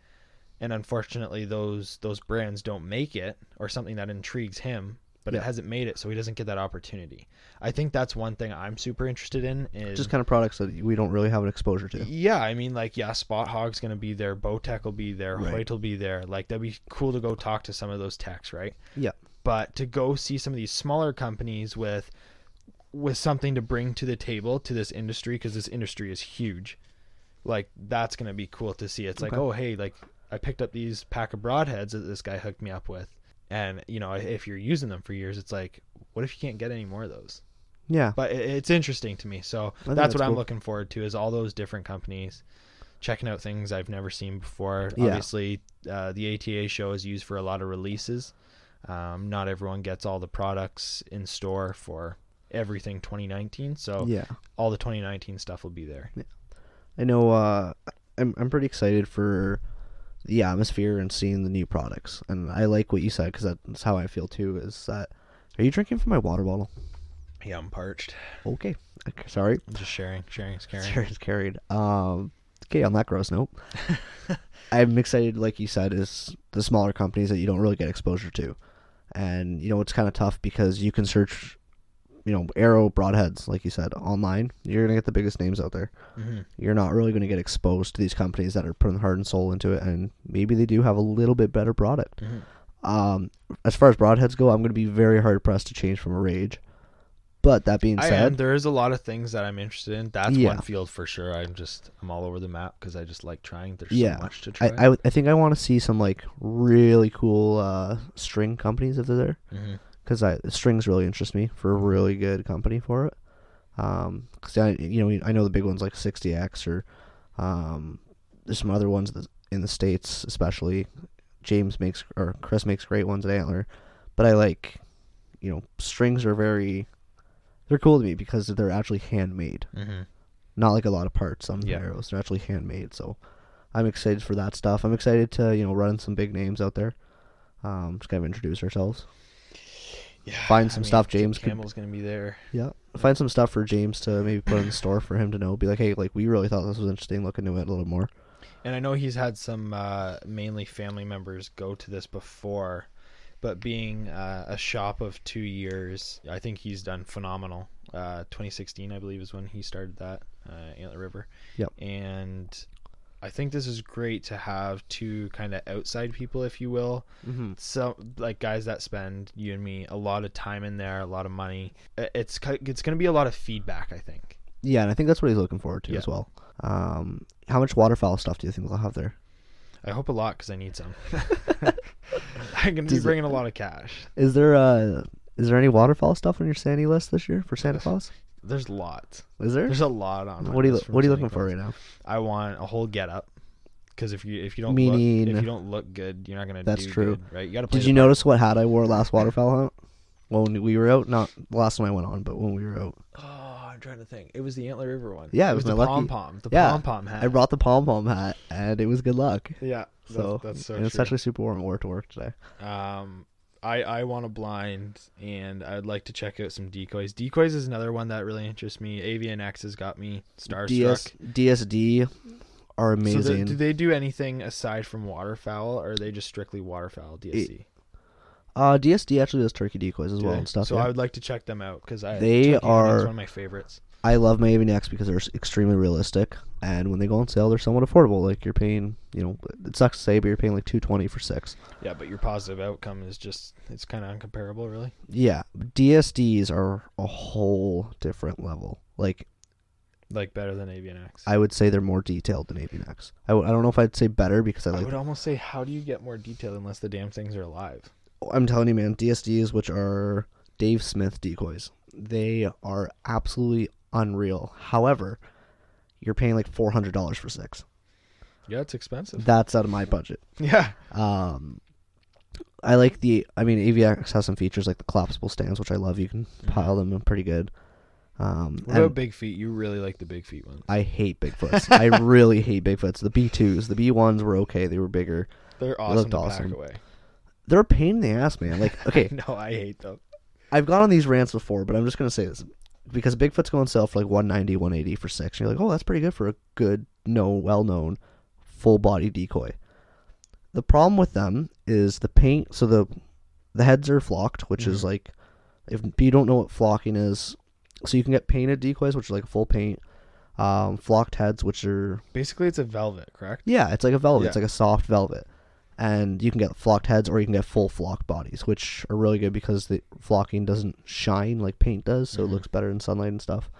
Speaker 1: and unfortunately, those those brands don't make it or something that intrigues him, but
Speaker 2: Yeah.
Speaker 1: it hasn't made it, so he doesn't get that opportunity." I think that's one thing I'm super interested in is
Speaker 2: just kind of products that we don't really have an exposure to.
Speaker 1: yeah, I mean, like, yeah, Spot Hog's gonna be there, Bowtech will be there,
Speaker 2: Right.
Speaker 1: Hoyt will be there. Like, that'd be cool to go talk to some of those techs, right?
Speaker 2: Yeah.
Speaker 1: But to go see some of these smaller companies with with something to bring to the table to this industry because this industry is huge, like that's gonna be cool to see. It's like,
Speaker 2: Okay.
Speaker 1: oh hey, like I picked up these pack of broadheads that this guy hooked me up with, and you know, if you're using them for years, it's like, what if you can't get any more of those?
Speaker 2: Yeah,
Speaker 1: but it, it's interesting to me. So
Speaker 2: think
Speaker 1: that's,
Speaker 2: that's
Speaker 1: what I'm
Speaker 2: cool.
Speaker 1: looking forward to is all those different companies checking out things I've never seen before.
Speaker 2: Yeah.
Speaker 1: Obviously, uh, the ATA show is used for a lot of releases. Um, not everyone gets all the products in store for everything 2019, so
Speaker 2: yeah.
Speaker 1: all the 2019 stuff will be there.
Speaker 2: I know. Uh, I'm I'm pretty excited for the atmosphere and seeing the new products, and I like what you said because that's how I feel too. Is that are you drinking from my water bottle?
Speaker 1: Yeah, I'm parched.
Speaker 2: Okay, Okay, sorry,
Speaker 1: I'm just sharing. Sharing's caring.
Speaker 2: Sorry, it's carried. Um, okay, on that gross note, I'm excited. Like you said, is the smaller companies that you don't really get exposure to, and you know it's kind of tough because you can search, you know, arrow broadheads, like you said, online. You're gonna get the biggest names out there.
Speaker 1: hmm
Speaker 2: you're not really going to get exposed to these companies that are putting heart and soul into it, and maybe they do have a little bit better product.
Speaker 1: Mhm.
Speaker 2: Um, as far as broadheads go, I'm going to be very hard pressed to change from a rage. But that being
Speaker 1: I am.
Speaker 2: said,
Speaker 1: There is a lot of things that I'm interested in. That's
Speaker 2: Yeah.
Speaker 1: one field for sure. I'm just I'm all over the map because I just like trying. There's
Speaker 2: Yeah.
Speaker 1: so much to
Speaker 2: I,
Speaker 1: try.
Speaker 2: I, would- I think I want to see some like really cool uh, string companies if they're there,
Speaker 1: Mhm.
Speaker 2: because strings really interest me for a really good company for it. Um 'cause I you know I know the big ones like 60x or um, there's some other ones that in the states especially James makes or Chris makes great ones at Antler, but I like, you know, strings are very They're cool to me because they're actually handmade,
Speaker 1: Mm-hmm.
Speaker 2: not like a lot of parts on the
Speaker 1: Yeah.
Speaker 2: arrows. They're actually handmade, so I'm excited for that stuff. I'm excited to you know run some big names out there. Um, just kind of introduce ourselves.
Speaker 1: Yeah,
Speaker 2: Find some stuff James could-
Speaker 1: Campbell's gonna be there.
Speaker 2: Yeah, find some stuff for James to maybe put in the store for him to know. Be like, hey, like we really thought this was interesting. Look into it a little more.
Speaker 1: And I know he's had some uh, mainly family members go to this before, but being uh, a shop of two years, I think he's done phenomenal. Uh, 2016, I believe, is when he started that uh, Antler River.
Speaker 2: Yep.
Speaker 1: And I think this is great to have two kind of outside people, if you will,
Speaker 2: Mm-hmm.
Speaker 1: so like guys that spend you and me a lot of time in there, a lot of money. I- It's ki- it's going to be a lot of feedback, I think.
Speaker 2: Yeah, and I think that's what he's looking forward to
Speaker 1: Yeah.
Speaker 2: as well. Um, how much waterfowl stuff do you think they'll have there?
Speaker 1: I hope a lot because I need some. I'm going to be
Speaker 2: Does it-
Speaker 1: bringing a lot of cash.
Speaker 2: Is there uh is there any waterfowl stuff on your Sandy list this year for Santa Claus?
Speaker 1: There's lots.
Speaker 2: Is there?
Speaker 1: There's a lot on. my
Speaker 2: What are you
Speaker 1: list from
Speaker 2: What are you
Speaker 1: Santa
Speaker 2: looking for
Speaker 1: Claus.
Speaker 2: right now?
Speaker 1: I want a whole get up because if you if you don't
Speaker 2: Meaning-
Speaker 1: look, if you don't look good, you're not going to.
Speaker 2: That's
Speaker 1: do
Speaker 2: true.
Speaker 1: good, right? You got to play.
Speaker 2: Did
Speaker 1: the
Speaker 2: you
Speaker 1: part.
Speaker 2: notice what hat I wore last waterfowl hunt? When we were out, not the last time I went on, but when we were out,
Speaker 1: Oh, I'm trying to think. It was the Antler River one.
Speaker 2: Yeah, it was
Speaker 1: was,
Speaker 2: my
Speaker 1: the pom
Speaker 2: lucky-
Speaker 1: pom. The
Speaker 2: Yeah,
Speaker 1: pom pom hat.
Speaker 2: I brought the pom pom hat, and it was good luck.
Speaker 1: Yeah. that's-
Speaker 2: So
Speaker 1: that's so
Speaker 2: and it's
Speaker 1: true.
Speaker 2: actually super warm. I wore it to work today.
Speaker 1: Um, I I want a blind, and I'd like to check out some decoys. Decoys is another one that really interests me. Avian X has got me starstruck.
Speaker 2: DS, DSD are
Speaker 1: So the-
Speaker 2: amazing.
Speaker 1: do they do anything aside from waterfowl, or are they just strictly waterfowl DSC
Speaker 2: uh, DSD actually does turkey decoys as
Speaker 1: Do
Speaker 2: well
Speaker 1: they?
Speaker 2: and stuff.
Speaker 1: So
Speaker 2: yeah.
Speaker 1: I would like to check them out because I
Speaker 2: They
Speaker 1: turkey hunting's
Speaker 2: are-
Speaker 1: one of my favorites.
Speaker 2: I love my Avian X because they're s- extremely realistic, and when they go on sale, they're somewhat affordable. Like you're paying, you know, it sucks to say, but you're paying like two twenty for six.
Speaker 1: Yeah, but your positive outcome is just it's kind of uncomparable, really.
Speaker 2: Yeah, DSDs are a whole different level. Like
Speaker 1: Like better than Avian X. I
Speaker 2: I would say they're more detailed than Avian X. I, w- I don't know if I'd say better because I like.
Speaker 1: would almost say, how do you get more detail unless the damn things are alive?
Speaker 2: I'm telling you, man, DSDs, which are Dave Smith decoys, they are absolutely unreal. However, you're paying like four hundred dollars for six.
Speaker 1: Yeah, it's expensive.
Speaker 2: That's out of my budget.
Speaker 1: yeah,
Speaker 2: Um, I like the. I mean, AVX has some features like the collapsible stands, which I love. You can pile them in pretty good. Um,
Speaker 1: What about
Speaker 2: and
Speaker 1: big feet? You really like the big feet one.
Speaker 2: I hate Bigfoots. I really hate Bigfoots. The B tws, the B ones were okay. They were bigger.
Speaker 1: They're
Speaker 2: They
Speaker 1: awesome
Speaker 2: looked
Speaker 1: to
Speaker 2: awesome.
Speaker 1: pack away.
Speaker 2: They're a pain in the ass, man. Like, okay,
Speaker 1: no, I hate them.
Speaker 2: I've gone on these rants before, but I'm just gonna say this because Bigfoot's going on sale for like 190, 180 for six. And you're like, oh, that's pretty good for a good, no, well-known, full-body decoy. The problem with them is the paint. So the the heads are flocked, which is
Speaker 1: Mhm.
Speaker 2: like if you don't know what flocking is, so you can get painted decoys, which are like full paint, um, flocked heads, which are
Speaker 1: Basically, it's a velvet, correct?
Speaker 2: yeah, it's like a velvet. It's
Speaker 1: Yeah.
Speaker 2: like a soft velvet. And you can get flocked heads or you can get full flock bodies, which are really good because the flocking doesn't shine like paint does, so
Speaker 1: Mhm.
Speaker 2: it looks better in sunlight and stuff.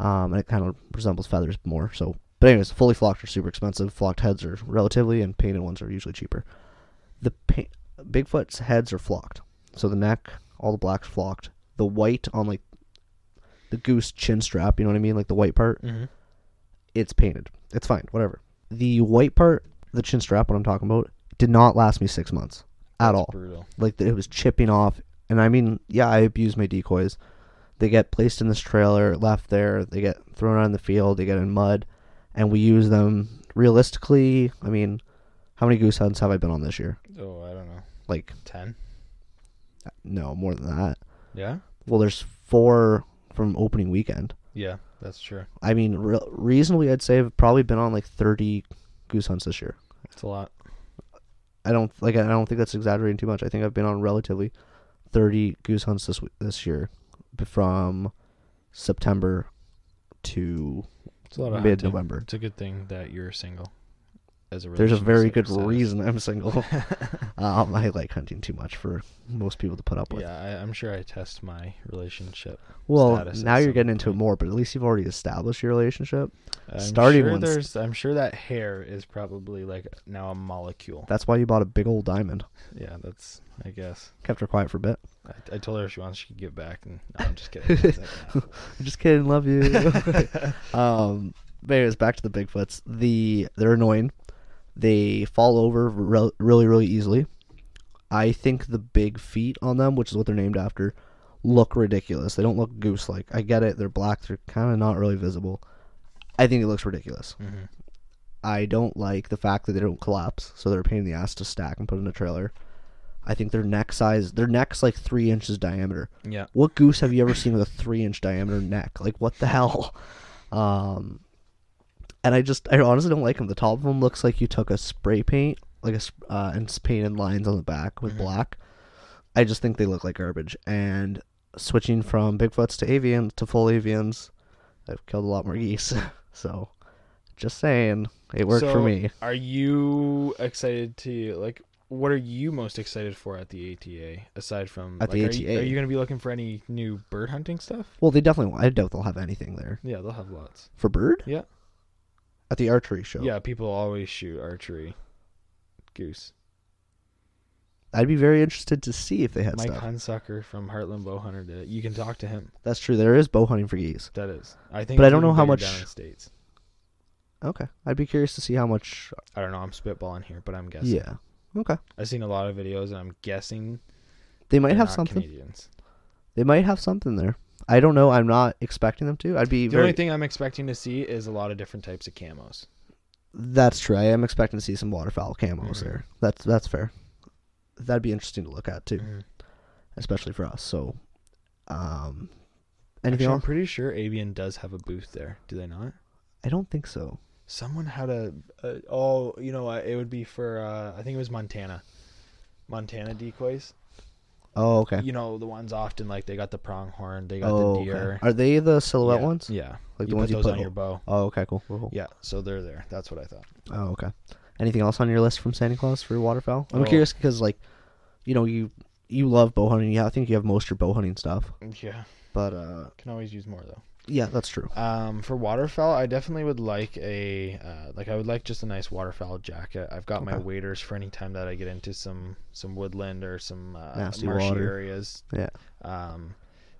Speaker 2: Um, and it kind of resembles feathers more. So, but anyways, fully flocked are super expensive. Flocked heads are relatively, and painted ones are usually cheaper. The paint, Bigfoot's heads are flocked, so the neck, all the black's flocked. The white on like the goose chin strap, you know what I mean, like the white part
Speaker 1: Mm-hmm.
Speaker 2: it's painted. It's fine, whatever. The white part, the chin strap, what I'm talking about, did not last me six months at all.
Speaker 1: Brutal.
Speaker 2: Like it was chipping off, and I mean, yeah, I abuse my decoys. They get placed in this trailer, left there. They get thrown out in the field. They get in mud, and we use them realistically. I mean, how many goose hunts have I been on this year?
Speaker 1: Oh, I don't know.
Speaker 2: Like,
Speaker 1: Ten.
Speaker 2: no, more than that.
Speaker 1: Yeah.
Speaker 2: Well, there's four from opening weekend.
Speaker 1: Yeah, that's true.
Speaker 2: I mean, re- reasonably, I'd say I've probably been on like 30 goose hunts this year.
Speaker 1: It's a lot.
Speaker 2: I don't like. I don't think that's exaggerating too much. I think I've been on relatively thirty goose hunts this w- this year, b- from September to
Speaker 1: It's a lot of
Speaker 2: mid
Speaker 1: hunting.
Speaker 2: November.
Speaker 1: It's a good thing that you're single. As a
Speaker 2: There's a
Speaker 1: relationship
Speaker 2: very good
Speaker 1: status.
Speaker 2: reason I'm single. um, I like hunting too much for most people to put up with.
Speaker 1: Yeah, I, I'm sure I test my relationship.
Speaker 2: well,
Speaker 1: status
Speaker 2: now
Speaker 1: at
Speaker 2: you're
Speaker 1: some
Speaker 2: getting into it
Speaker 1: point.
Speaker 2: more, but at least you've already established your relationship.
Speaker 1: I'm
Speaker 2: Starting
Speaker 1: sure
Speaker 2: ones.
Speaker 1: There's, I'm sure that hair is probably like now a molecule.
Speaker 2: That's why you bought a big old diamond.
Speaker 1: yeah, that's. I guess.
Speaker 2: Kept her quiet for a bit.
Speaker 1: I, I told her if she wants, she could give back. And no, I'm just kidding. It's like, nah.
Speaker 2: I'm just kidding. Love you. Um, but anyways, back to the Bigfoots. The they're annoying. They fall over re- really, really easily. I think the big feet on them, which is what they're named after, look ridiculous. They don't look goose like. I get it. They're black. They're kind of not really visible. I think it looks ridiculous.
Speaker 1: Mhm.
Speaker 2: I don't like the fact that they don't collapse, so they're a pain in the ass to stack and put in a trailer. I think their neck size, their neck's like three inches diameter.
Speaker 1: Yeah.
Speaker 2: What goose have you ever seen with a three inch diameter neck? Like what the hell? Um, and I just, I honestly don't like them. The top of them looks like you took a spray paint, like a sp- uh, and s- painted lines on the back
Speaker 1: Mm-hmm.
Speaker 2: with black. I just think they look like garbage. And switching from Bigfoots to avians to full avians, I've killed a lot more geese. so, just saying, it worked for
Speaker 1: So,
Speaker 2: me.
Speaker 1: Are you excited to like? What are you most excited for at the ATA aside from like,
Speaker 2: At the
Speaker 1: are you-
Speaker 2: ATA?
Speaker 1: are you going to be looking for any new bird hunting stuff?
Speaker 2: Well, they definitely. I doubt they'll have anything there
Speaker 1: Yeah, they'll have lots.
Speaker 2: for bird.
Speaker 1: Yeah.
Speaker 2: At the archery show.
Speaker 1: Yeah, people always shoot archery goose.
Speaker 2: I'd be very interested to see if they had
Speaker 1: Mike
Speaker 2: stuff.
Speaker 1: Hunsucker from Heartland Bowhunter did it. You can talk to him.
Speaker 2: That's true. There is bow hunting for geese.
Speaker 1: That is, I think.
Speaker 2: But I
Speaker 1: it's
Speaker 2: don't know
Speaker 1: even
Speaker 2: how
Speaker 1: bigger
Speaker 2: much-
Speaker 1: down in the states.
Speaker 2: Okay. I'd be curious to see how much.
Speaker 1: I don't know. I'm spitballing here, but I'm guessing.
Speaker 2: Yeah. Okay.
Speaker 1: I've seen a lot of videos, and I'm guessing
Speaker 2: They might
Speaker 1: they're
Speaker 2: have
Speaker 1: not
Speaker 2: something.
Speaker 1: Canadians.
Speaker 2: They might have something there. I don't know. I'm not expecting them to. I'd be
Speaker 1: The
Speaker 2: very.
Speaker 1: only thing I'm expecting to see is a lot of different types of camos.
Speaker 2: That's true. I am expecting to see some waterfowl camos
Speaker 1: Mhm.
Speaker 2: there. That's that's fair. That'd be interesting to look at too,
Speaker 1: Mhm.
Speaker 2: especially for us. So, um, anything
Speaker 1: Actually, I'm
Speaker 2: else?
Speaker 1: pretty sure Avian does have a booth there. Do they not?
Speaker 2: I don't think so.
Speaker 1: Someone had a, a oh, you know, what, it would be for uh, I think it was Montana, Montana decoys.
Speaker 2: Oh, okay.
Speaker 1: You know, the ones often like they got the pronghorn, they got
Speaker 2: Oh,
Speaker 1: the
Speaker 2: okay.
Speaker 1: deer.
Speaker 2: are they the silhouette
Speaker 1: yeah.
Speaker 2: ones?
Speaker 1: Yeah, you
Speaker 2: Like the
Speaker 1: put
Speaker 2: ones you
Speaker 1: those
Speaker 2: put
Speaker 1: on your bow.
Speaker 2: Oh, okay, cool, cool, cool.
Speaker 1: Yeah, so they're there. That's what I thought.
Speaker 2: Oh, okay. Anything else on your list from Santa Claus for waterfowl? I'm
Speaker 1: Oh.
Speaker 2: curious because, like, you know, you you love bow hunting. Yeah, I think you have most of your bow hunting stuff.
Speaker 1: Yeah,
Speaker 2: But uh,
Speaker 1: can always use more though.
Speaker 2: yeah, that's true.
Speaker 1: Um, for waterfowl, I definitely would like a uh, like I would like just a nice waterfowl jacket. I've got my
Speaker 2: Okay.
Speaker 1: waders for any time that I get into some some woodland or some uh,
Speaker 2: Nasty
Speaker 1: marshy
Speaker 2: water.
Speaker 1: areas.
Speaker 2: Yeah.
Speaker 1: Um,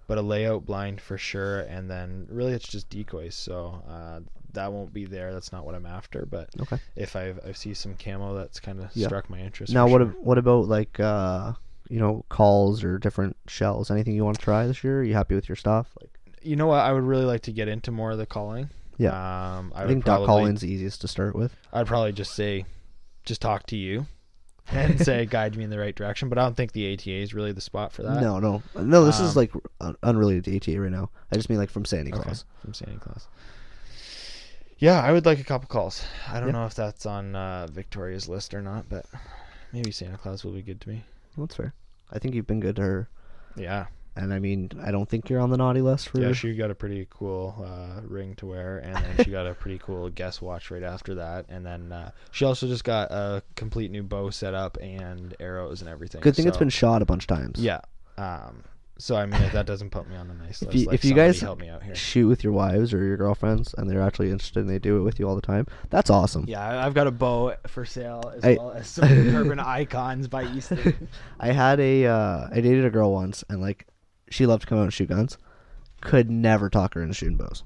Speaker 1: but a layout blind for sure, and then really it's just decoys. So uh, that won't be there. That's not what I'm after. But
Speaker 2: Okay.
Speaker 1: if I I see some camo that's kind of
Speaker 2: Yeah.
Speaker 1: struck my interest.
Speaker 2: now,
Speaker 1: for
Speaker 2: what
Speaker 1: sure.
Speaker 2: ab- what about like uh, you know, calls or different shells? Anything you want to try this year? Are you happy with your stuff? Like,
Speaker 1: you know what I would really like to get into more of the calling.
Speaker 2: Yeah.
Speaker 1: Um, I,
Speaker 2: I,
Speaker 1: would
Speaker 2: think
Speaker 1: probably,
Speaker 2: duck calling's the easiest to start with.
Speaker 1: I'd probably just say, just talk to you, and say guide me in the right direction. But I don't think the ATA is really the spot for that.
Speaker 2: no, no, no. This
Speaker 1: um,
Speaker 2: is like un- unrelated to ATA right now. I just mean like from Santa
Speaker 1: Okay.
Speaker 2: Claus.
Speaker 1: from Santa Claus. Yeah, I would like a couple calls. I don't
Speaker 2: Yeah.
Speaker 1: know if that's on uh, Victoria's list or not, but maybe Santa Claus will be good to me.
Speaker 2: That's fair. I think you've been good to her,
Speaker 1: Yeah,
Speaker 2: and I mean, I don't think you're on the naughty list for
Speaker 1: yeah. She got a pretty cool uh, ring to wear, and then she got a pretty cool guest watch right after that. And then uh, she also just got a complete new bow set up and arrows and everything.
Speaker 2: Good thing it's
Speaker 1: so-
Speaker 2: been shot a bunch of times.
Speaker 1: Yeah. Um. So I mean, if that doesn't put me on the nice
Speaker 2: If
Speaker 1: list,
Speaker 2: you-
Speaker 1: like,
Speaker 2: if you
Speaker 1: somebody
Speaker 2: guys-
Speaker 1: help me out here.
Speaker 2: Shoot with your wives or your girlfriends, and they're actually interested, and they do it with you all the time. That's awesome.
Speaker 1: Yeah, I- I've got a bow for sale as
Speaker 2: I-
Speaker 1: well as some urban icons by Easton.
Speaker 2: I had a, uh, I dated a girl once, and like, she loved to come out and shoot guns. Could never talk her into shooting bows.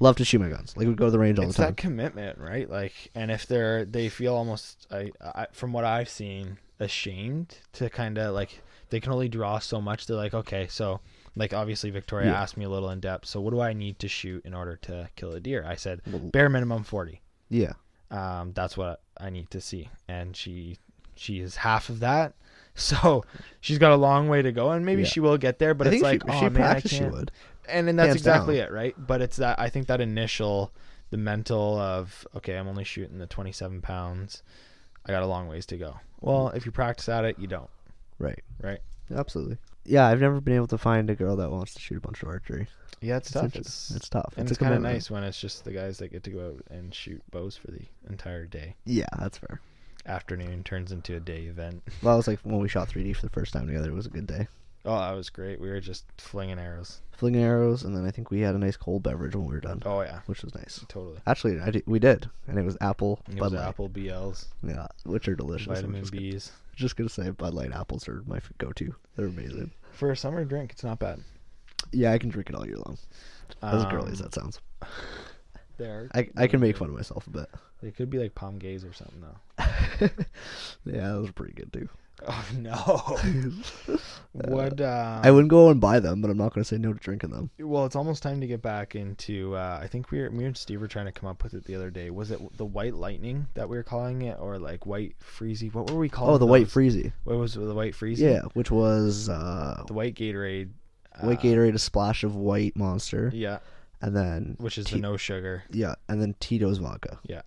Speaker 2: Love to shoot my guns. Like we go to the range all
Speaker 1: It's
Speaker 2: the time.
Speaker 1: that commitment, right? Like, and if they're they feel almost, I, I from what I've seen, ashamed to kind of like they can only draw so much. They're like, okay, so like obviously Victoria
Speaker 2: Yeah.
Speaker 1: asked me a little in depth. So what do I need to shoot in order to kill a deer? I said
Speaker 2: Well-
Speaker 1: bare minimum forty.
Speaker 2: Yeah.
Speaker 1: um, that's what I need to see. And she she is half of that, so she's got a long way to go, and maybe
Speaker 2: Yeah.
Speaker 1: she will get there. But
Speaker 2: I
Speaker 1: it's
Speaker 2: think
Speaker 1: like,
Speaker 2: she,
Speaker 1: oh
Speaker 2: she
Speaker 1: man, I
Speaker 2: practiced. She
Speaker 1: can't.
Speaker 2: would.
Speaker 1: And and that's
Speaker 2: Hands
Speaker 1: exactly it, right? But it's that I think that initial, the mental of okay, I'm only shooting the 27 pounds. I got a long ways to go. Well, if you practice at it, you don't.
Speaker 2: Right.
Speaker 1: Right.
Speaker 2: Absolutely. Yeah, I've never been able to find a girl that wants to shoot a bunch of archery.
Speaker 1: Yeah, it's, tough.
Speaker 2: inter-
Speaker 1: It's,
Speaker 2: it's tough.
Speaker 1: and
Speaker 2: it's,
Speaker 1: it's
Speaker 2: a
Speaker 1: kind of
Speaker 2: commitment.
Speaker 1: nice when it's just the guys that get to go out and shoot bows for the entire day.
Speaker 2: Yeah, that's fair.
Speaker 1: Afternoon turns into a day event.
Speaker 2: Well, that was like when we shot 3D for the first time together. It was a good day.
Speaker 1: Oh, that was great. We were just flinging arrows.
Speaker 2: Flinging arrows, and then I think we had a nice cold beverage when we were done,
Speaker 1: Oh yeah,
Speaker 2: which was nice.
Speaker 1: totally.
Speaker 2: Actually, I did, we did, and it was apple
Speaker 1: It was
Speaker 2: Bud Light.
Speaker 1: apple BLs,
Speaker 2: Yeah, which are delicious. I'm
Speaker 1: vitamin
Speaker 2: just, gonna-
Speaker 1: Bs.
Speaker 2: just gonna say Bud Light apples are my f- go-to. They're amazing.
Speaker 1: For a summer drink, it's not bad.
Speaker 2: Yeah, I can drink it all year long. As girly as
Speaker 1: Um,
Speaker 2: that sounds.
Speaker 1: There,
Speaker 2: I, I can make fun of myself a bit.
Speaker 1: they could be like palm gaze or something though.
Speaker 2: yeah, those are pretty good too.
Speaker 1: Oh no! what? Um,
Speaker 2: Uh, I wouldn't go and buy them, but I'm not gonna say no to drinking them.
Speaker 1: Well, it's almost time to get back into. Uh, I think we were, me and Steve were trying to come up with it the other day. Was it the white lightning that we were calling it, or like white freezy? What were we calling?
Speaker 2: Oh, the white
Speaker 1: those?
Speaker 2: freezy.
Speaker 1: What was it, the white freezy?
Speaker 2: Yeah, which was uh,
Speaker 1: the white Gatorade. uh,
Speaker 2: white Gatorade, a splash of white Monster,
Speaker 1: Yeah,
Speaker 2: and then
Speaker 1: which is
Speaker 2: Tea-
Speaker 1: the no sugar.
Speaker 2: yeah, and then Tito's vodka.
Speaker 1: Yeah.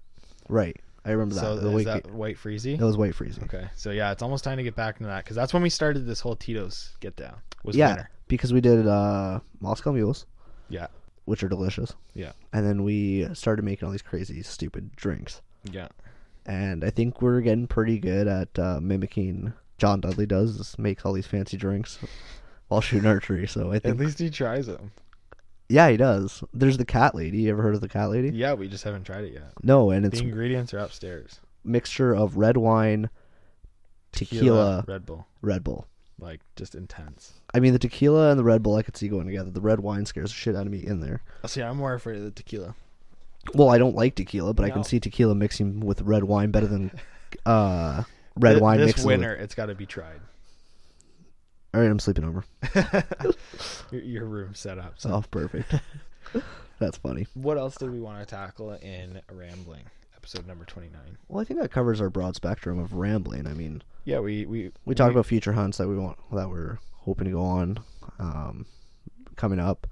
Speaker 2: right. I remember that.
Speaker 1: So
Speaker 2: the
Speaker 1: is
Speaker 2: white
Speaker 1: that
Speaker 2: Ga-
Speaker 1: white freezy?
Speaker 2: that was white freezy.
Speaker 1: Okay, so yeah, it's almost time to get back into that because that's when we started this whole Tito's get down. Was
Speaker 2: Yeah,
Speaker 1: winter.
Speaker 2: because we did uh, Moscow mules.
Speaker 1: Yeah.
Speaker 2: which are delicious.
Speaker 1: Yeah.
Speaker 2: and then we started making all these crazy, stupid drinks,
Speaker 1: Yeah.
Speaker 2: and I think we're getting pretty good at uh, mimicking John Dudley does. Is makes all these fancy drinks while shooting archery. So I
Speaker 1: At
Speaker 2: think
Speaker 1: least he tries them.
Speaker 2: yeah, he does. There's the cat lady. You ever heard of the cat lady?
Speaker 1: Yeah, we just haven't tried it yet.
Speaker 2: No, and
Speaker 1: The
Speaker 2: it's
Speaker 1: ingredients are upstairs.
Speaker 2: mixture of red wine, tequila,
Speaker 1: Red Bull,
Speaker 2: Red Bull.
Speaker 1: like just intense.
Speaker 2: I mean, the tequila and the Red Bull, I could see going together. The red wine scares the shit out of me in there.
Speaker 1: See, I'm more afraid of the tequila.
Speaker 2: Well, I don't like tequila, but I
Speaker 1: No.
Speaker 2: can see tequila mixing with red wine better than uh, red
Speaker 1: Th-
Speaker 2: wine
Speaker 1: This
Speaker 2: mixing.
Speaker 1: winter, it's got to be tried.
Speaker 2: With... All right, I'm sleeping over.
Speaker 1: Your, your room set up. So,
Speaker 2: Oh, perfect. That's funny.
Speaker 1: what else do we want to tackle in rambling? Episode number twenty nine.
Speaker 2: Well, I think that covers our broad spectrum of rambling. I mean,
Speaker 1: Yeah, we we
Speaker 2: we talked about future hunts that we want that we're hoping to go on um, coming up.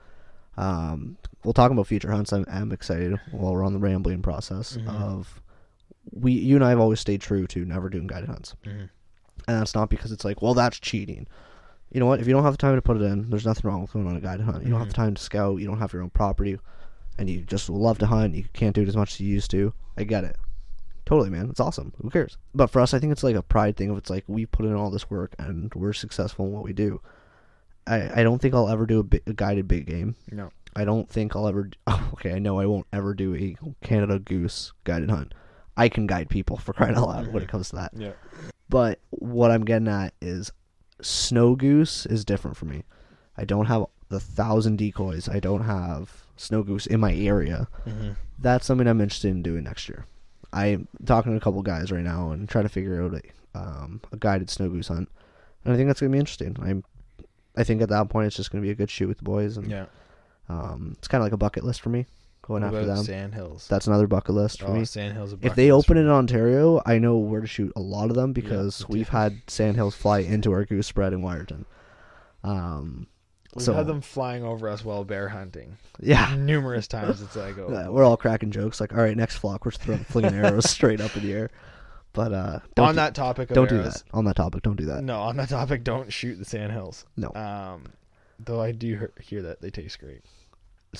Speaker 2: Um, we'll talk about future hunts. I'm, I'm excited while we're on the rambling process
Speaker 1: Mm-hmm.
Speaker 2: of we you and I have always stayed true to never doing guided hunts,
Speaker 1: Mhm.
Speaker 2: and that's not because it's like well that's cheating. You know what? If you don't have the time to put it in, there's nothing wrong with going on a guided hunt. You don't have the time to scout. You don't have your own property, and you just love to hunt. You can't do it as much as you used to. I get it. Totally, man. It's awesome. Who cares? But for us, I think it's like a pride thing. Of it's like we put in all this work and we're successful in what we do. I, I don't think I'll ever do a, bi- a guided big game.
Speaker 1: no.
Speaker 2: I don't think I'll ever. d- oh, okay, I know I won't ever do a Canada goose guided hunt. I can guide people for crying out loud when it comes to that.
Speaker 1: Yeah,
Speaker 2: But what I'm getting at is snow goose is different for me. I don't have the thousand decoys. I don't have snow goose in my area.
Speaker 1: Mm-hmm.
Speaker 2: That's something I'm interested in doing next year. I'm talking to a couple guys right now and trying to figure out a, um, a guided snow goose hunt, and I think that's gonna be interesting. I'm, I think at that point it's just gonna be a good shoot with the boys, and
Speaker 1: yeah.
Speaker 2: um, it's kind of like a bucket list for me going
Speaker 1: What
Speaker 2: after
Speaker 1: about
Speaker 2: them.
Speaker 1: Sand Hills?
Speaker 2: That's another bucket list for
Speaker 1: oh,
Speaker 2: me.
Speaker 1: Sand Hills. a
Speaker 2: If they
Speaker 1: bucket list
Speaker 2: open
Speaker 1: for
Speaker 2: it in Ontario, I know where to shoot a lot of them because
Speaker 1: me
Speaker 2: we've
Speaker 1: too.
Speaker 2: had sandhills fly into our goose spread in Wyerton. Um,
Speaker 1: We've
Speaker 2: so
Speaker 1: had them flying over us while bear hunting
Speaker 2: yeah,
Speaker 1: numerous times. It's like, oh,
Speaker 2: uh, we're all cracking jokes like, all right, next flock, we're throwing flinging arrows straight up in the air. But uh, don't
Speaker 1: on
Speaker 2: do,
Speaker 1: that Mm, topic, of
Speaker 2: don't do
Speaker 1: arrows,
Speaker 2: that on that topic. Don't do that.
Speaker 1: No, on that topic, don't shoot the sand hills.
Speaker 2: No.
Speaker 1: Um, though I do hear, hear that they taste great. And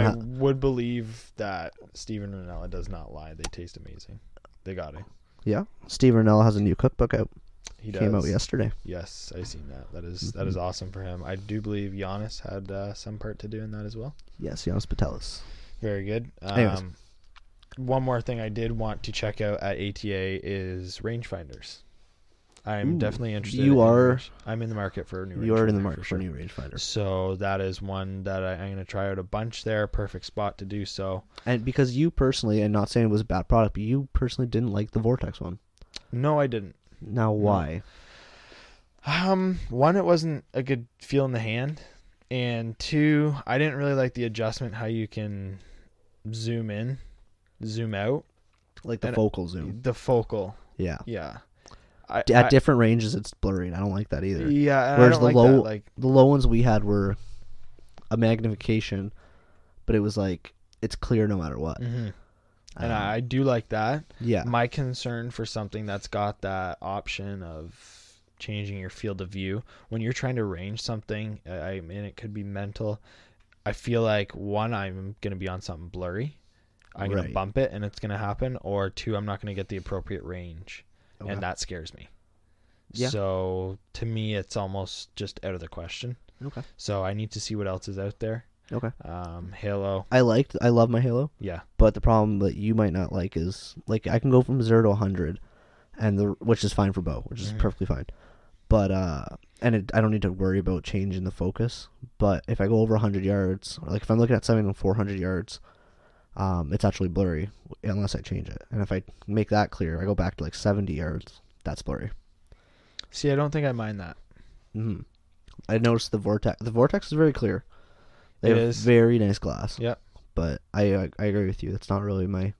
Speaker 1: I, I
Speaker 2: ha-
Speaker 1: would believe that Steven Ranella does not lie. They taste amazing. They got it.
Speaker 2: yeah, Steve Renell has a new cookbook out.
Speaker 1: He does.
Speaker 2: Came out Mm-hmm. yesterday.
Speaker 1: Yes, I seen that. That is- that is awesome for him. I do believe Giannis had uh, some part to do in that as well.
Speaker 2: Yes, Giannis Patelis.
Speaker 1: Very good.
Speaker 2: Anyways.
Speaker 1: Um, one more thing I did want to check out at ATA is rangefinders. I'm
Speaker 2: Ooh,
Speaker 1: definitely interested.
Speaker 2: you
Speaker 1: in
Speaker 2: are-
Speaker 1: range- I'm in the market for a new.
Speaker 2: You are
Speaker 1: rangefinder
Speaker 2: in the
Speaker 1: for
Speaker 2: market for
Speaker 1: sure.
Speaker 2: a new rangefinder,
Speaker 1: So that is one that I, I'm going to try out a bunch there. Perfect spot to do so.
Speaker 2: and because you personally, and not saying it was a bad product, but you personally didn't like the Vortex one.
Speaker 1: No, I didn't.
Speaker 2: Now why?
Speaker 1: Um, one, it wasn't a good feel in the hand, and two, I didn't really like the adjustment how you can zoom in, zoom out,
Speaker 2: Like the
Speaker 1: And-
Speaker 2: focal zoom.
Speaker 1: the focal.
Speaker 2: Yeah.
Speaker 1: Yeah, I,
Speaker 2: D- at
Speaker 1: I-
Speaker 2: different ranges it's blurry and i don't like that either
Speaker 1: yeah. and I
Speaker 2: Whereas
Speaker 1: don't
Speaker 2: the
Speaker 1: like
Speaker 2: low-
Speaker 1: that. like
Speaker 2: the low ones we had were a magnification but it was like it's clear no matter what
Speaker 1: mhm. and
Speaker 2: Um,
Speaker 1: I, I do like that.
Speaker 2: yeah
Speaker 1: My concern for something that's got that option of changing your field of view when you're trying to range something, I, I mean, it could be mental. I feel like one, I'm gonna be on something blurry. I'm gonna
Speaker 2: Right.
Speaker 1: bump it, and it's gonna happen. Or two, I'm not gonna get the appropriate range,
Speaker 2: Okay.
Speaker 1: and that scares me.
Speaker 2: Yeah.
Speaker 1: So to me, it's almost just out of the question.
Speaker 2: okay
Speaker 1: So I need to see what else is out there.
Speaker 2: okay
Speaker 1: Um, Halo,
Speaker 2: i liked i love my halo
Speaker 1: yeah,
Speaker 2: but the problem that you might not like is like i can go from 0 to 100 and the which is fine for bow which is
Speaker 1: Mhm.
Speaker 2: perfectly fine but uh and it, i don't need to worry about changing the focus but if i go over 100 yards or like if i'm looking at something on 400 yards um, it's actually blurry unless I change it. And if I make that clear, I go back to like 70 yards, that's blurry.
Speaker 1: See, I don't think I mind that.
Speaker 2: hmm I noticed the vortex. The vortex is very clear. They
Speaker 1: It
Speaker 2: have
Speaker 1: is.
Speaker 2: very nice glass.
Speaker 1: Yep.
Speaker 2: But I, I I agree with you. That's not really my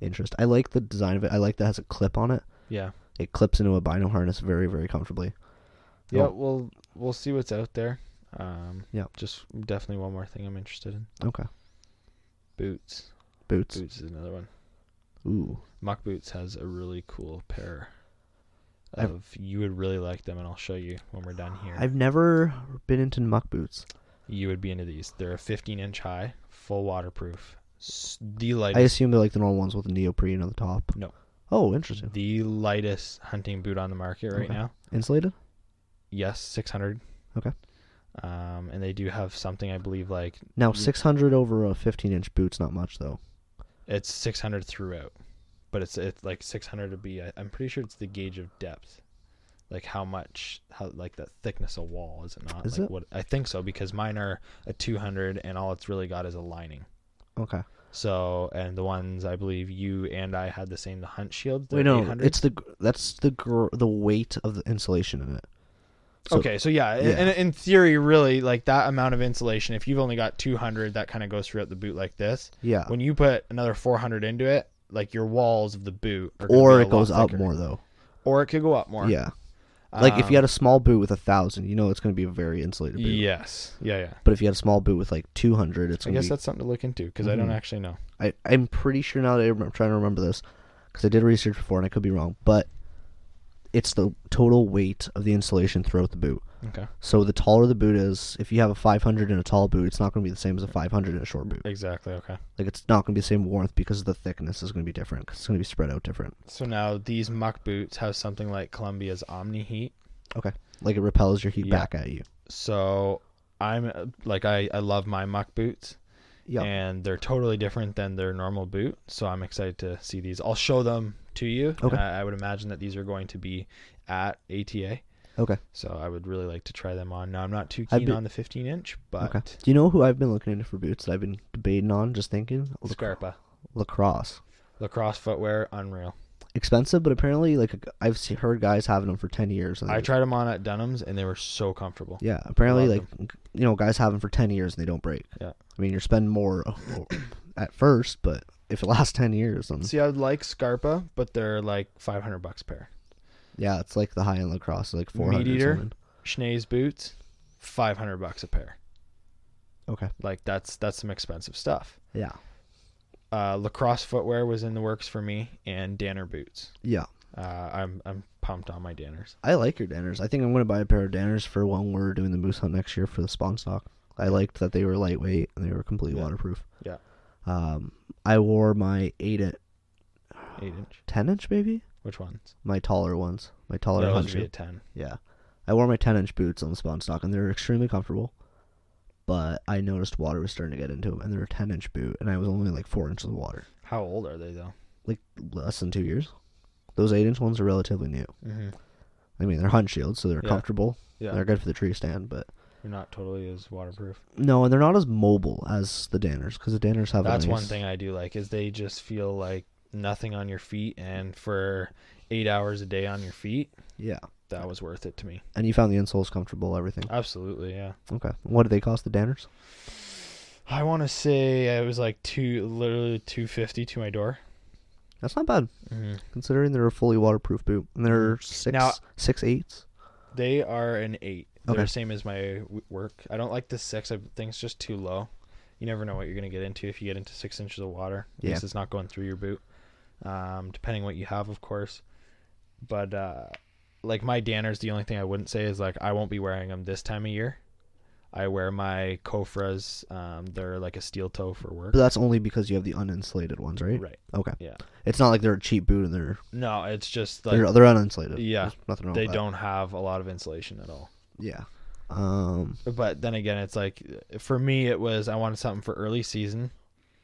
Speaker 2: interest. I like the design of it. I like that it has a clip on it.
Speaker 1: Yeah.
Speaker 2: It clips into a bino harness very very comfortably.
Speaker 1: Yeah,
Speaker 2: Oh.
Speaker 1: we'll we'll see what's out there. Um,
Speaker 2: Yep.
Speaker 1: Just definitely one more thing I'm interested in.
Speaker 2: Okay.
Speaker 1: Boots.
Speaker 2: Boots.
Speaker 1: Boots is another one.
Speaker 2: Ooh.
Speaker 1: Mock Boots has a really cool pair.
Speaker 2: I've-
Speaker 1: Of you would really like them, and I'll show you when we're done here.
Speaker 2: I've never been into muck boots.
Speaker 1: You would be into these. They're a 15 inch high, full waterproof. S- The
Speaker 2: I
Speaker 1: lightest,
Speaker 2: assume they're like the normal ones with the neoprene on the top.
Speaker 1: No.
Speaker 2: Oh, interesting.
Speaker 1: the lightest hunting boot on the market right
Speaker 2: Okay.
Speaker 1: now.
Speaker 2: Insulated.
Speaker 1: Yes, 600.
Speaker 2: Okay.
Speaker 1: Um, and they do have something I believe like
Speaker 2: Now
Speaker 1: Yeah.
Speaker 2: 600 over a 15 inch boot's not much though.
Speaker 1: It's 600 throughout, but it's it's like 600 to be. I- I'm pretty sure it's the gauge of depth, like how much, how like that thickness of wall is it not?
Speaker 2: Is
Speaker 1: like
Speaker 2: it?
Speaker 1: What I think so because mine are a 200 and all it's really got is a lining.
Speaker 2: Okay.
Speaker 1: So and the ones I believe you and I had the same the hunt shields. they're
Speaker 2: Wait, no,
Speaker 1: 800s.
Speaker 2: it's the gr- that's the gr- the weight of the insulation in it. so-
Speaker 1: okay. So yeah,
Speaker 2: yeah.
Speaker 1: And in theory, really like that amount of insulation. If you've only got 200, that kind of goes throughout the boot like this.
Speaker 2: Yeah.
Speaker 1: When you put another 400 into it, like your walls of the boot, are gonna
Speaker 2: or
Speaker 1: be a
Speaker 2: it goes
Speaker 1: lot
Speaker 2: up
Speaker 1: thicker.
Speaker 2: more though.
Speaker 1: or it could go up more.
Speaker 2: Yeah, like if you had a small boot with a thousand, you know it's going to be a very insulated boot.
Speaker 1: Um, yes, yeah, yeah.
Speaker 2: But if you had a small boot with like two hundred, it's
Speaker 1: I
Speaker 2: going
Speaker 1: guess
Speaker 2: to be.
Speaker 1: that's something to look into because I don't
Speaker 2: Mhm.
Speaker 1: actually know.
Speaker 2: I, I'm pretty sure now that I rem- I'm trying to remember this because I did research before and I could be wrong, but it's the total weight of the insulation throughout the boot.
Speaker 1: Okay,
Speaker 2: So the taller the boot is, if you have a 500 in a tall boot, it's not going to be the same as a 500 in a short boot.
Speaker 1: exactly. Okay.
Speaker 2: Like it's not going to be the same warmth because the thickness is going to be different. 'cause it's going to be spread out different.
Speaker 1: So now these muck boots have something like Columbia's Omni Heat.
Speaker 2: Like it repels your heat
Speaker 1: Yeah.
Speaker 2: back at you.
Speaker 1: So I'm uh, like I I love my muck boots,
Speaker 2: Yeah.
Speaker 1: and they're totally different than their normal boot. So I'm excited to see these. I'll show them to you. and
Speaker 2: Okay.
Speaker 1: I, I would imagine that these are going to be at ATA.
Speaker 2: Okay.
Speaker 1: So I would really like to try them on. Now I'm not too
Speaker 2: I'd
Speaker 1: keen
Speaker 2: be-
Speaker 1: on the 15 inch, but
Speaker 2: Okay. Do you know who I've been looking into for boots that I've been debating on? Just thinking, Lac-
Speaker 1: Scarpa.
Speaker 2: lacrosse.
Speaker 1: Lacrosse footwear, unreal.
Speaker 2: Expensive, but apparently, like I've se- heard guys having them for ten years. And
Speaker 1: I
Speaker 2: they-
Speaker 1: tried them on at Dunham's and they were so comfortable.
Speaker 2: Yeah, apparently,
Speaker 1: Love
Speaker 2: like you know, guys have them for ten years and they don't break.
Speaker 1: Yeah.
Speaker 2: I mean, you're spending more at first, but if it lasts ten years, then
Speaker 1: See, I would like Scarpa, but they're like 500 bucks pair.
Speaker 2: yeah, it's like the high end lacrosse, like four hundred.
Speaker 1: Meat Eater? Schnee's boots, 500 bucks a pair.
Speaker 2: Okay.
Speaker 1: Like that's that's some expensive stuff.
Speaker 2: Yeah.
Speaker 1: Uh, lacrosse footwear was in the works for me, and Danner boots.
Speaker 2: Yeah.
Speaker 1: Uh, I'm I'm pumped on my Danners.
Speaker 2: I like your Danners. I think I'm going to buy a pair of Danners for when we're doing the moose hunt next year for the spawn stock. I liked that they were lightweight and they were completely
Speaker 1: Yeah.
Speaker 2: waterproof.
Speaker 1: Yeah.
Speaker 2: Um, I wore my eight at
Speaker 1: Eight inch.
Speaker 2: ten inch maybe
Speaker 1: Which ones?
Speaker 2: my taller ones, my taller
Speaker 1: Those
Speaker 2: hunt
Speaker 1: would be a
Speaker 2: shoe.
Speaker 1: ten.
Speaker 2: Yeah, I wore my ten inch boots on the spawn stock and they're extremely comfortable. But I noticed water was starting to get into them, and they're a ten inch boot, and I was only like four inches of water,
Speaker 1: How old are they though?
Speaker 2: like less than two years. Those eight inch ones are relatively new.
Speaker 1: Mm-hmm.
Speaker 2: I mean, they're hunt shields, so they're
Speaker 1: Yeah.
Speaker 2: comfortable.
Speaker 1: Yeah,
Speaker 2: They're
Speaker 1: they're,
Speaker 2: good for the tree stand, but
Speaker 1: not totally as waterproof.
Speaker 2: No, and they're not as mobile as the Danners because the Danners have. a
Speaker 1: That's one
Speaker 2: nice-
Speaker 1: thing I do like is they just feel like nothing on your feet, and for eight hours a day on your feet,
Speaker 2: Yeah,
Speaker 1: that was worth it to me.
Speaker 2: and you found the insoles comfortable, everything.
Speaker 1: Uh, Absolutely, yeah.
Speaker 2: Okay, what do they cost the Danners?
Speaker 1: I want to say it was like two, literally two fifty to my door.
Speaker 2: That's not bad
Speaker 1: Mm-hmm.
Speaker 2: considering they're a fully waterproof boot, and they're six
Speaker 1: Mm. Now-
Speaker 2: six eights.
Speaker 1: They are an eight. They're
Speaker 2: Okay.
Speaker 1: the same as my w- work. I don't like the six. I think it's just too low. You never know what you're gonna get into if you get into six inches of water. At
Speaker 2: Yeah.
Speaker 1: least it's not going through your boot. Um, depending what you have, of course. But uh, like my Danners, the only thing I wouldn't say is like I won't be wearing them this time of year. I wear my Kofras. Um, they're like a steel toe for work.
Speaker 2: But that's only because you have the uninsulated ones, right?
Speaker 1: Right.
Speaker 2: Okay.
Speaker 1: Yeah.
Speaker 2: It's not like they're a cheap boot and they're
Speaker 1: No, it's just like
Speaker 2: they're, they're uninsulated.
Speaker 1: Yeah.
Speaker 2: There's nothing wrong.
Speaker 1: they
Speaker 2: with that.
Speaker 1: don't have a lot of insulation at all.
Speaker 2: Yeah. Um.
Speaker 1: But then again, it's like for me, it was I wanted something for early season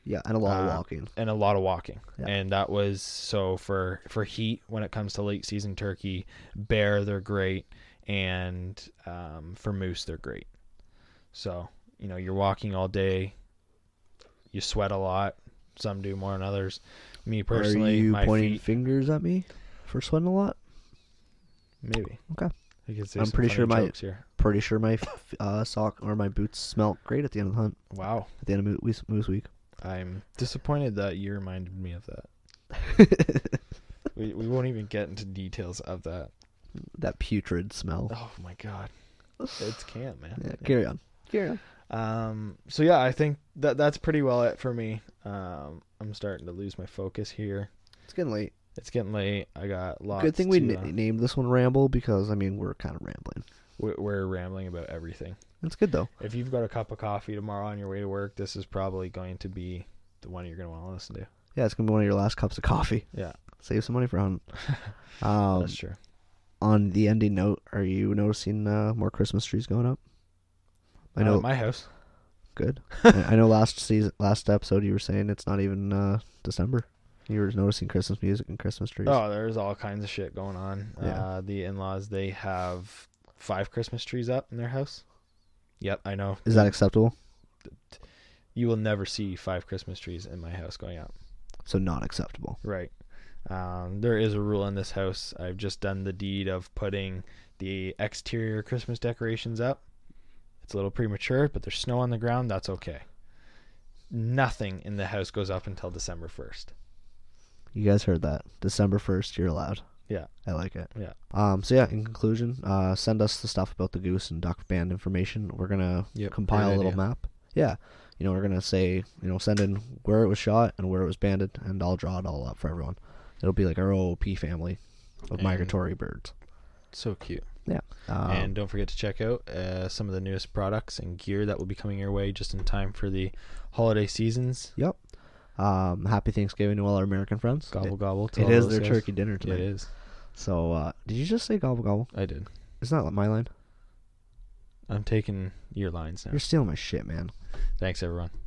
Speaker 2: Yeah, and a lot of
Speaker 1: Uh,
Speaker 2: walking.
Speaker 1: and a lot of walking,
Speaker 2: Yeah.
Speaker 1: and that was so for for heat when it comes to late season turkey, bear they're great, and um, for moose they're great. So you know you're walking all day, you sweat a lot, Some do more than others. Me
Speaker 2: Are
Speaker 1: personally,
Speaker 2: you
Speaker 1: my
Speaker 2: pointing
Speaker 1: feet,
Speaker 2: fingers at me for sweating a lot?
Speaker 1: maybe.
Speaker 2: Okay.
Speaker 1: I can see
Speaker 2: I'm
Speaker 1: some
Speaker 2: pretty
Speaker 1: funny
Speaker 2: sure my-
Speaker 1: jokes here.
Speaker 2: Pretty sure my f- uh, sock or my boots smelt great at the end of the hunt.
Speaker 1: Wow,
Speaker 2: At the end of Moose, moose Week.
Speaker 1: I'm disappointed that you reminded me of that. we we won't even get into details of that.
Speaker 2: That putrid smell.
Speaker 1: Oh my god, it's camp, man.
Speaker 2: Yeah, carry on. Carry on.
Speaker 1: Um, so yeah, I think that that's pretty well it for me. Um, I'm starting to lose my focus here.
Speaker 2: It's getting late.
Speaker 1: It's getting late. I got lots.
Speaker 2: Good thing we
Speaker 1: to,
Speaker 2: na-
Speaker 1: uh,
Speaker 2: named this one Ramble because, I mean, we're kind of rambling.
Speaker 1: we- we're rambling about everything.
Speaker 2: It's good, though.
Speaker 1: If you've got a cup of coffee tomorrow on your way to work, this is probably going to be the one you're going to want to listen to.
Speaker 2: Yeah, it's going to be one of your last cups of coffee.
Speaker 1: Yeah.
Speaker 2: Save some money for hunting. Um,
Speaker 1: that's true.
Speaker 2: on the ending note, are you noticing uh, more Christmas trees going up? I
Speaker 1: Uh,
Speaker 2: know.
Speaker 1: my house.
Speaker 2: Good. I I know. Last season, last episode, you were saying it's not even uh, December. You were noticing Christmas music and Christmas trees.
Speaker 1: Oh, there's all kinds of shit going on.
Speaker 2: Yeah.
Speaker 1: Uh, the in-laws they have five Christmas trees up in their house. Yep, I know.
Speaker 2: Is that acceptable?
Speaker 1: You will never see five Christmas trees in my house going up.
Speaker 2: So not acceptable.
Speaker 1: Right. Um, there is a rule in this house. I've just done the deed of putting the exterior Christmas decorations up. It's a little premature, but there's snow on the ground. That's okay. Nothing in the house goes up until December 1st.
Speaker 2: You guys heard that? December first, you're allowed.
Speaker 1: Yeah.
Speaker 2: I like it.
Speaker 1: Yeah.
Speaker 2: Um. So yeah. In conclusion, uh, send us the stuff about the goose and duck band information. We're gonna
Speaker 1: Yep,
Speaker 2: compile
Speaker 1: great
Speaker 2: a little
Speaker 1: idea.
Speaker 2: map. Yeah. You know, we're gonna say, you know, send in where it was shot and where it was banded, and I'll draw it all up for everyone. It'll be like our OOP family of
Speaker 1: And-
Speaker 2: migratory birds.
Speaker 1: So cute.
Speaker 2: Yeah. Um,
Speaker 1: and don't forget to check out uh, some of the newest products and gear that will be coming your way just in time for the holiday seasons.
Speaker 2: Yep. Um, happy Thanksgiving to all our American friends.
Speaker 1: Gobble,
Speaker 2: It-
Speaker 1: gobble. to
Speaker 2: it
Speaker 1: all
Speaker 2: is
Speaker 1: those
Speaker 2: their
Speaker 1: guys.
Speaker 2: turkey dinner
Speaker 1: It
Speaker 2: tonight.
Speaker 1: is.
Speaker 2: So, uh, did you just say gobble gobble?
Speaker 1: I did.
Speaker 2: It's not my line.
Speaker 1: I'm taking your lines now.
Speaker 2: You're stealing my shit, man.
Speaker 1: Thanks, everyone.